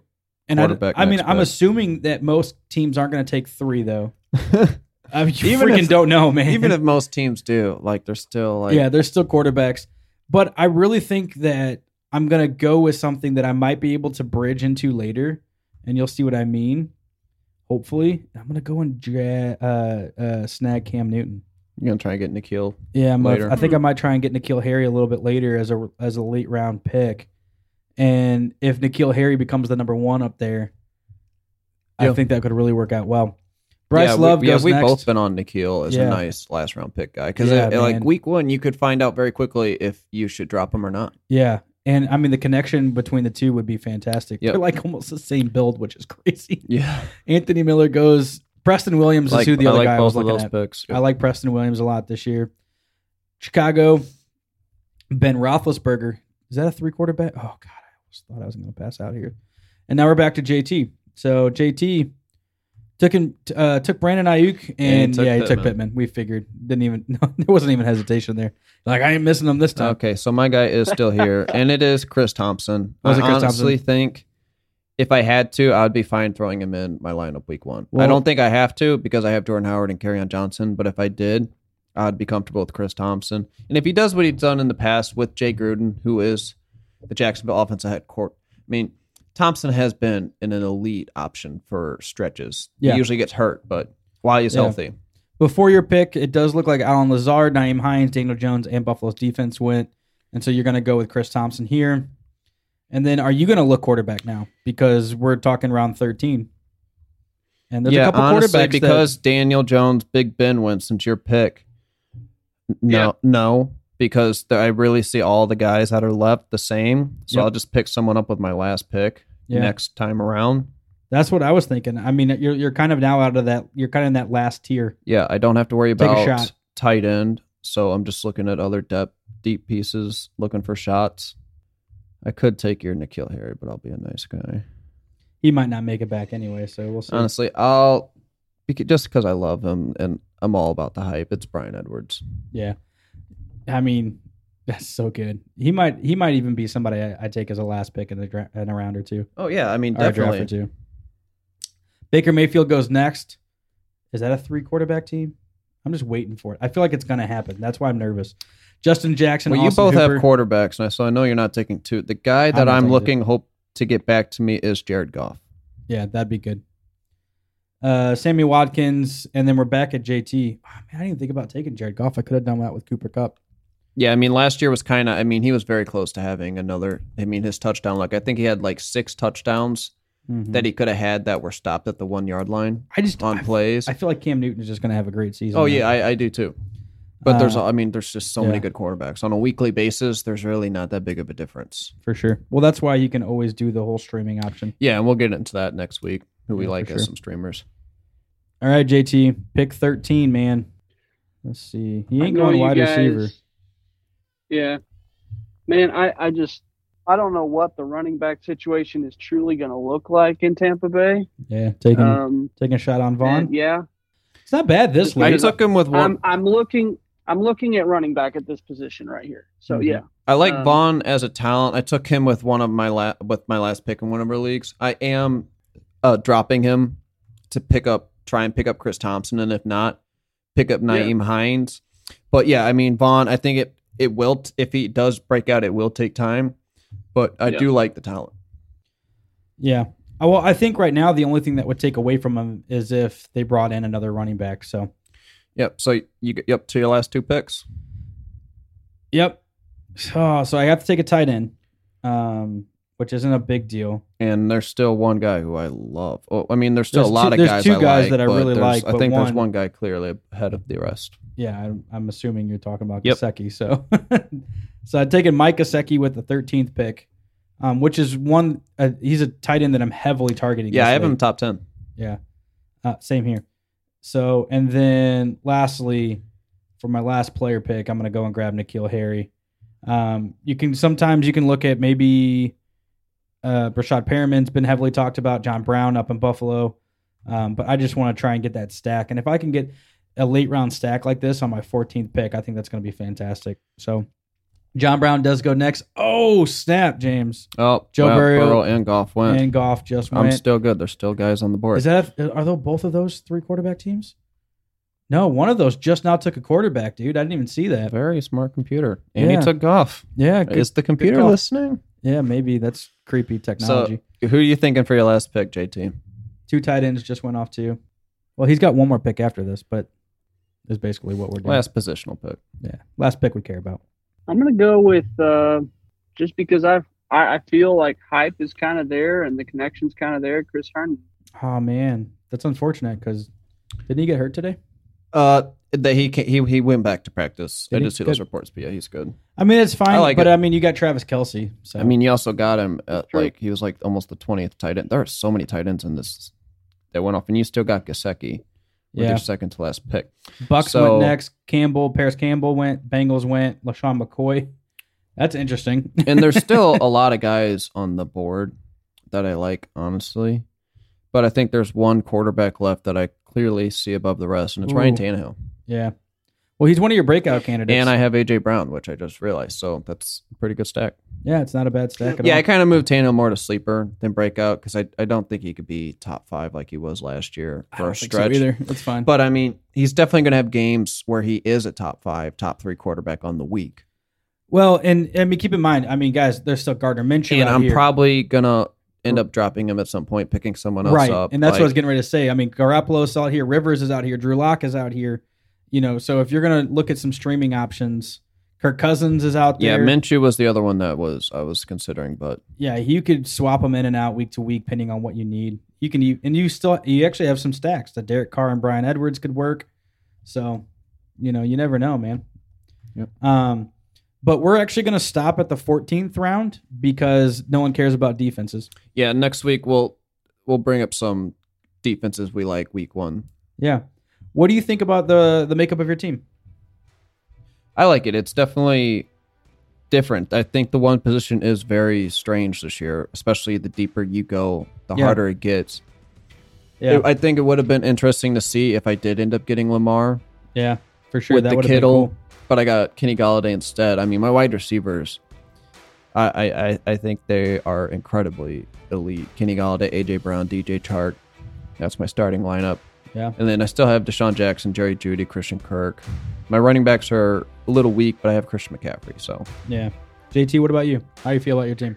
and I- quarterback I, mean, next I'm pick. assuming that most teams aren't going to take three though. I mean, you freaking don't know, man. even if most teams do, like they're still like. yeah, there's still quarterbacks, but I really think that I'm gonna go with something that I might be able to bridge into later, and you'll see what I mean. Hopefully, I'm gonna go and dra- uh, uh, snag Cam Newton. You're gonna try and get Nikhil. Yeah, I'm Later. Gonna, I think I might try and get Nikhil Harry a little bit later as a as a late round pick, and if Nikhil Harry becomes the number one up there, I Yeah. think that could really work out well. Bryce yeah, Love We, goes yeah, we've next. both been on Nikhil as Yeah. a nice last round pick guy because Yeah, like man. week one, you could find out very quickly if you should drop him or not. Yeah. And I mean, the connection between the two would be fantastic. Yep. They're like almost the same build, which is crazy. Yeah, Anthony Miller goes. Preston Williams like, is who the I other like guy I both was of looking those at. picks. I like Preston Williams a lot this year. Chicago, Ben Roethlisberger. Is that a three quarterback? Oh God, I almost thought I was going to pass out here. And now we're back to JT. So JT took him, t- uh, took Brandon Ayuk, and, And he took yeah, he took Pittman. Pittman. We figured didn't even no, there wasn't even hesitation there. Like I ain't missing him this time. Okay, so my guy is still here, and it is Chris Thompson. Was it I Chris honestly think if I had to, I would be fine throwing him in my lineup week one. Well- I don't think I have to because I have Jordan Howard and Carryon Johnson, but if I did, I'd be comfortable with Chris Thompson. And if he does what he's done in the past with Jay Gruden, who is the Jacksonville offensive head court, I mean, Thompson has been an elite option for stretches. Yeah. He usually gets hurt, but while he's Yeah. healthy, Before your pick, it does look like Alan Lazard, Naeem Hines, Daniel Jones, and Buffalo's defense went. And so you're going to go with Chris Thompson here. And then are you going to look quarterback now? Because we're talking round 13. And there's a couple quarterbacks that, because Daniel Jones, Big Ben went since your pick. N- No, Yeah. no, because th- I really see all the guys that are left the same. So Yep. I'll just pick someone up with my last pick Yeah. next time around. that's what I was thinking. I mean, you're, you're kind of now out of that. You're kind of in that last tier. Yeah, I don't have to worry Take a about shot. tight end. So I'm just looking at other depth, deep pieces, looking for shots. I could take your Nikhil Harry, but I'll be a nice guy. He might not make it back anyway. So we'll see. Honestly, I'll beca- just because I love him and I'm all about the hype. It's Brian Edwards. Yeah. I mean, that's so good. He might he might even be somebody I, I take as a last pick in, the dra- in a round or two. Oh yeah, I mean Or a draft or definitely. two. Baker Mayfield goes next. Is that a three quarterback team? I'm just waiting for it. I feel like it's going to happen. That's why I'm nervous. Justin Jackson. Well, you Austin both Hooper. have quarterbacks, and I- so I know you're not taking two. The guy I'm that not I'm, taking looking hope to get back to me is Jared Goff. Yeah, that'd be good. Uh, Sammy Watkins, and then we're back at JT. Oh, man, I didn't even think about taking Jared Goff. I could have done that with Cooper Cup. Yeah, I mean last year was kind of. I mean he was very close to having another. I mean his touchdown. Like I think he had like six touchdowns that he could have had that were stopped at the one yard line I just Mm-hmm. on I, plays. I feel like Cam Newton is just going to have a great season. oh man. yeah, I, I do too. But there's, Uh, I mean, there's just so yeah. many good quarterbacks on a weekly basis. There's really not that big of a difference. for sure. Well, that's why you can always do the whole streaming option. Yeah, and we'll get into that next week. Who we Yeah, for like sure. as some streamers. All right, JT, pick thirteen, man. Let's see. He I ain't know going you wide guys- receiver. Yeah. Man, I, I just I don't know what the running back situation is truly going to look like in Tampa Bay. Yeah, taking Um, taking a shot on and Vaughn. yeah, It's not bad this Just I I late. like- took him with one. I'm I'm looking I'm looking at running back at this position right here. So Mhm. yeah, I like Um, Vaughn as a talent. I took him with one of my la- with my last pick in one of our leagues. I am uh, dropping him to pick up, try and pick up Chris Thompson, and if not, pick up Naeem Hines. But yeah, I mean Vaughn. I think it it will t- if he does break out, it will take time. But I Yeah. do like the talent. Yeah. Uh, Well, I think right now the only thing that would take away from him is if they brought in another running back. So Yep. So you get- yep to your last two picks. Yep. So, so I have to take a tight end, um, which isn't a big deal. And there's still one guy who I love. Oh, I mean, there's still There's a lot two- of there's guys. two I guys like, that I but really there's- like, I but think there's one- one guy clearly ahead of the rest. Yeah, I'm, I'm assuming you're talking about Yep. Gasecki. So, so I'd taken Mike Gasecki with the 13th pick, um, which is one. Uh, he's a tight end that I'm heavily targeting. Yeah, I this have late. him top ten. Yeah. Uh, same here. So, and then lastly, for my last player pick, I'm going to go and grab Nikhil Harry. Um, you can sometimes you can look at maybe uh, Brashad Perriman's been heavily talked about, John Brown up in Buffalo, um, but I just want to try and get that stack. And if I can get a late round stack like this on my 14th pick, I think that's going to be fantastic. So, John Brown does go next. Oh snap, James Oh, Joe wow, Burrow Burrow and Goff went. and Goff just I'm went. still good. There's still guys on the board. Is that are those both of those three quarterback teams? No, one of those just now took a quarterback, dude. I didn't even see that. very smart computer? And Yeah. he took Goff. Yeah, good- Is the computer call. listening? yeah, maybe that's creepy technology. Who are you thinking for your last pick, JT? Two tight ends just went off too. Well, he's got one more pick after this, but is basically what we're doing. Last positional pick. yeah, last pick we care about. I'm gonna go with uh, just because I've I, I feel like hype is kind of there and the connection's kind of there. Chris Herndon. Oh man, that's unfortunate because didn't he get hurt today? Uh, that he can, he he went back to practice. Did I he? did see those Good. reports, but yeah, he's good. I mean, it's fine, I like but it. I mean, you got Travis Kelsey. So I mean, you also got him at true. like he was like almost the twentieth tight end. There are so many tight ends in this that went off, and you still got Gasecki with yeah, your second to last pick. Bucks so- went next. Campbell, Paris Campbell went. Bengals went. Lashawn McCoy. That's interesting. And there's still a lot of guys on the board that I like, honestly. But I think there's one quarterback left that I clearly see above the rest, and it's Ryan Ooh. Tannehill. Yeah. Well, he's one of your breakout candidates. And I have AJ Brown, which I just realized, so that's a pretty good stack. yeah, it's not a bad stack at Yeah, all. I kind of moved Tannehill more to sleeper than breakout because I, I don't think he could be top five like he was last year I for don't a think so stretch. either. That's fine. But I mean, he's definitely going to have games where he is a top five, top three quarterback on the week. well, and I mean, keep in mind, I mean, guys, there's still Gardner Minshew and out I'm here. probably going to end up dropping him at some point, picking someone else right, up. and that's what I Like, was getting ready to say. I mean, Garoppolo's out here, Rivers is out here, Drew Lock is out here. You know, so if you're gonna look at some streaming options, Kirk Cousins is out Yeah, there. Minshew was the other one that was I was considering, but yeah, you could swap them in and out week to week, depending on what you need. You can, e- and you still, you actually have some stacks that Derek Carr and Brian Edwards could work. So, you know, you never know, man. Yep. Um, but we're actually going to stop at the 14th round because no one cares about defenses. yeah, next week we'll we'll bring up some defenses we like week one. Yeah. What do you think about the the makeup of your team? I like it. It's definitely different. I think the one position is very strange this year, especially the deeper you go, the Yeah. harder it gets. Yeah, I think it would have been interesting to see if I did end up getting Lamar yeah, for sure. with that the would've been Kittle, cool. but I got Kenny Galladay instead. I mean, my wide receivers, I, I, I- I think they are incredibly elite. Kenny Galladay, AJ Brown, DJ Chark. That's my starting lineup. Yeah. And then I still have Deshaun Jackson, Jerry Judy, Christian Kirk. My running backs are a little weak, but I have Christian McCaffrey. So Yeah. JT, what about you? How you feel about your team?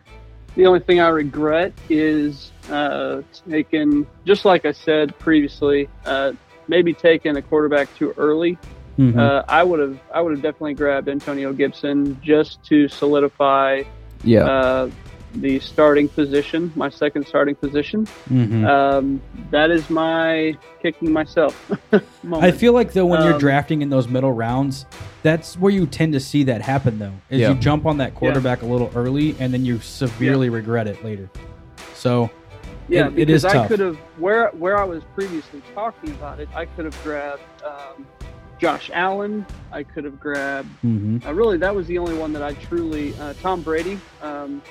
The only thing I regret is uh, taking, just like I said previously, uh, maybe taking a quarterback too early. Mm-hmm. Uh, I would have, I would have definitely grabbed Antonio Gibson just to solidify yeah, uh, the starting position, my second starting position. Mhm. Um, that is my kicking myself I moment. feel like though when you're Um, drafting in those middle rounds, that's where you tend to see that happen though. Is Yeah. you jump on that quarterback a little early and then you severely regret it later. So yeah, it- it is because I tough. could have where where I was previously talking about it. I could have grabbed um, Josh Allen. I could have grabbed. Mm-hmm. Uh, really, that was the only one that I truly. Uh, Tom Brady um,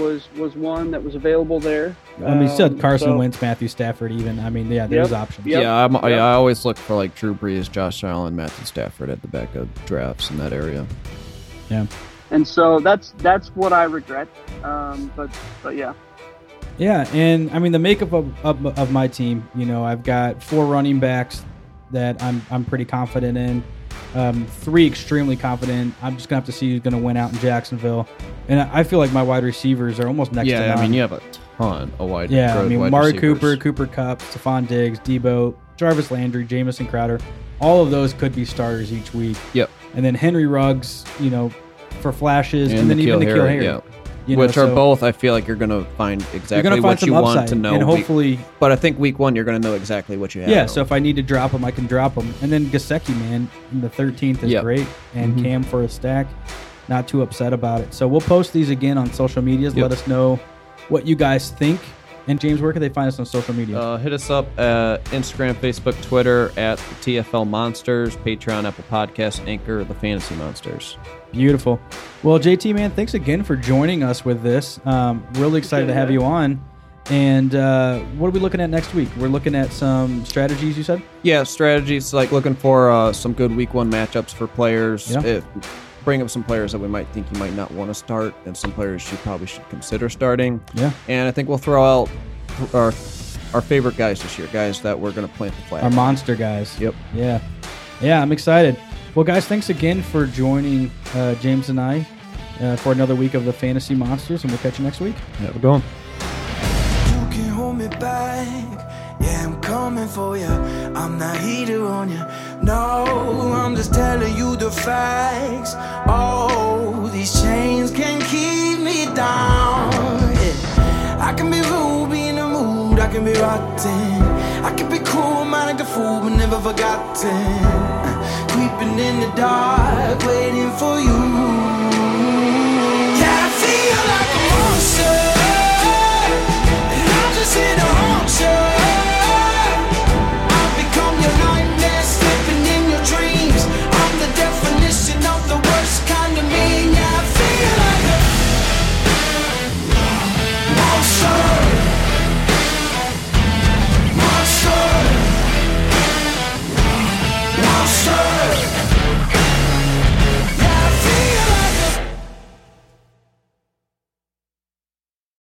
was was one that was available there. I mean, you still had Um, Carson so- Wentz, Matthew Stafford, even. I mean, yeah, there's options. yep, yeah. I'm, I, yep. I always look for like Drew Brees, Josh Allen, Matthew Stafford at the back of drafts in that area. And so that's that's what I regret. Um, but but yeah, Yeah, and I mean the makeup of, of, of my team. You know, I've got four running backs that I'm I'm pretty confident in. Um, three extremely confident. I'm just gonna have to see who's gonna win out in Jacksonville, and I I feel like my wide receivers are almost next to yeah, none. I mean you have a ton of wide. Yeah, I good mean, wide Mari receivers. Cooper, Cooper Cup, Stephon Diggs, Debo, Jarvis Landry, Jamison Crowder. All of those could be starters each week. Yep. And and then Henry Ruggs, you know, for flashes, and, then even the kill Harry, yeah. you know, Which are so both, I feel like you're going to find You're exactly gonna find what some you upside, want to know. and week- hopefully, but I think week one, you're going to know exactly what you have. yeah. now. So if I need to drop him, I can drop him. And then Gasecki, man, in the 13th is Yep. great, and Mhm. Cam for a stack. Not too upset about it. So we'll post these again on social medias. Yep. Let us know what you guys think. And James, where can they find us on social media? Uh, hit us up at Instagram, Facebook, Twitter at the TFL Monsters, Patreon, Apple Podcasts, Anchor, the Fantasy Monsters. Beautiful. Well, JT, man, thanks again for joining us with this. Um, really excited to Okay, have man. you on. And uh, what are we looking at next week? We're looking at some strategies, you said? Yeah, strategies like looking for uh, some good week one matchups for players. Yeah. If- bring up some players that we might think you might not want to start, and some players you probably should consider starting. Yeah. And I think we'll throw out our our favorite guys this year, guys that we're going to plant the flag. Our monster guys. Yep. Yeah. Yeah, I'm excited. Well, guys, thanks again for joining uh, James and I uh, for another week of the Fantasy Monsters, and we'll catch you next week. Have a good one. You can hold me back. Yeah, I'm coming for you. I'm not heater on you. No, I'm just telling you the facts. Oh, these chains can keep me down. Yeah. I can be rude, be in the mood. I can be rotten. I can be cool, man, like a fool, but never forgotten. Creeping in the dark, waiting for you.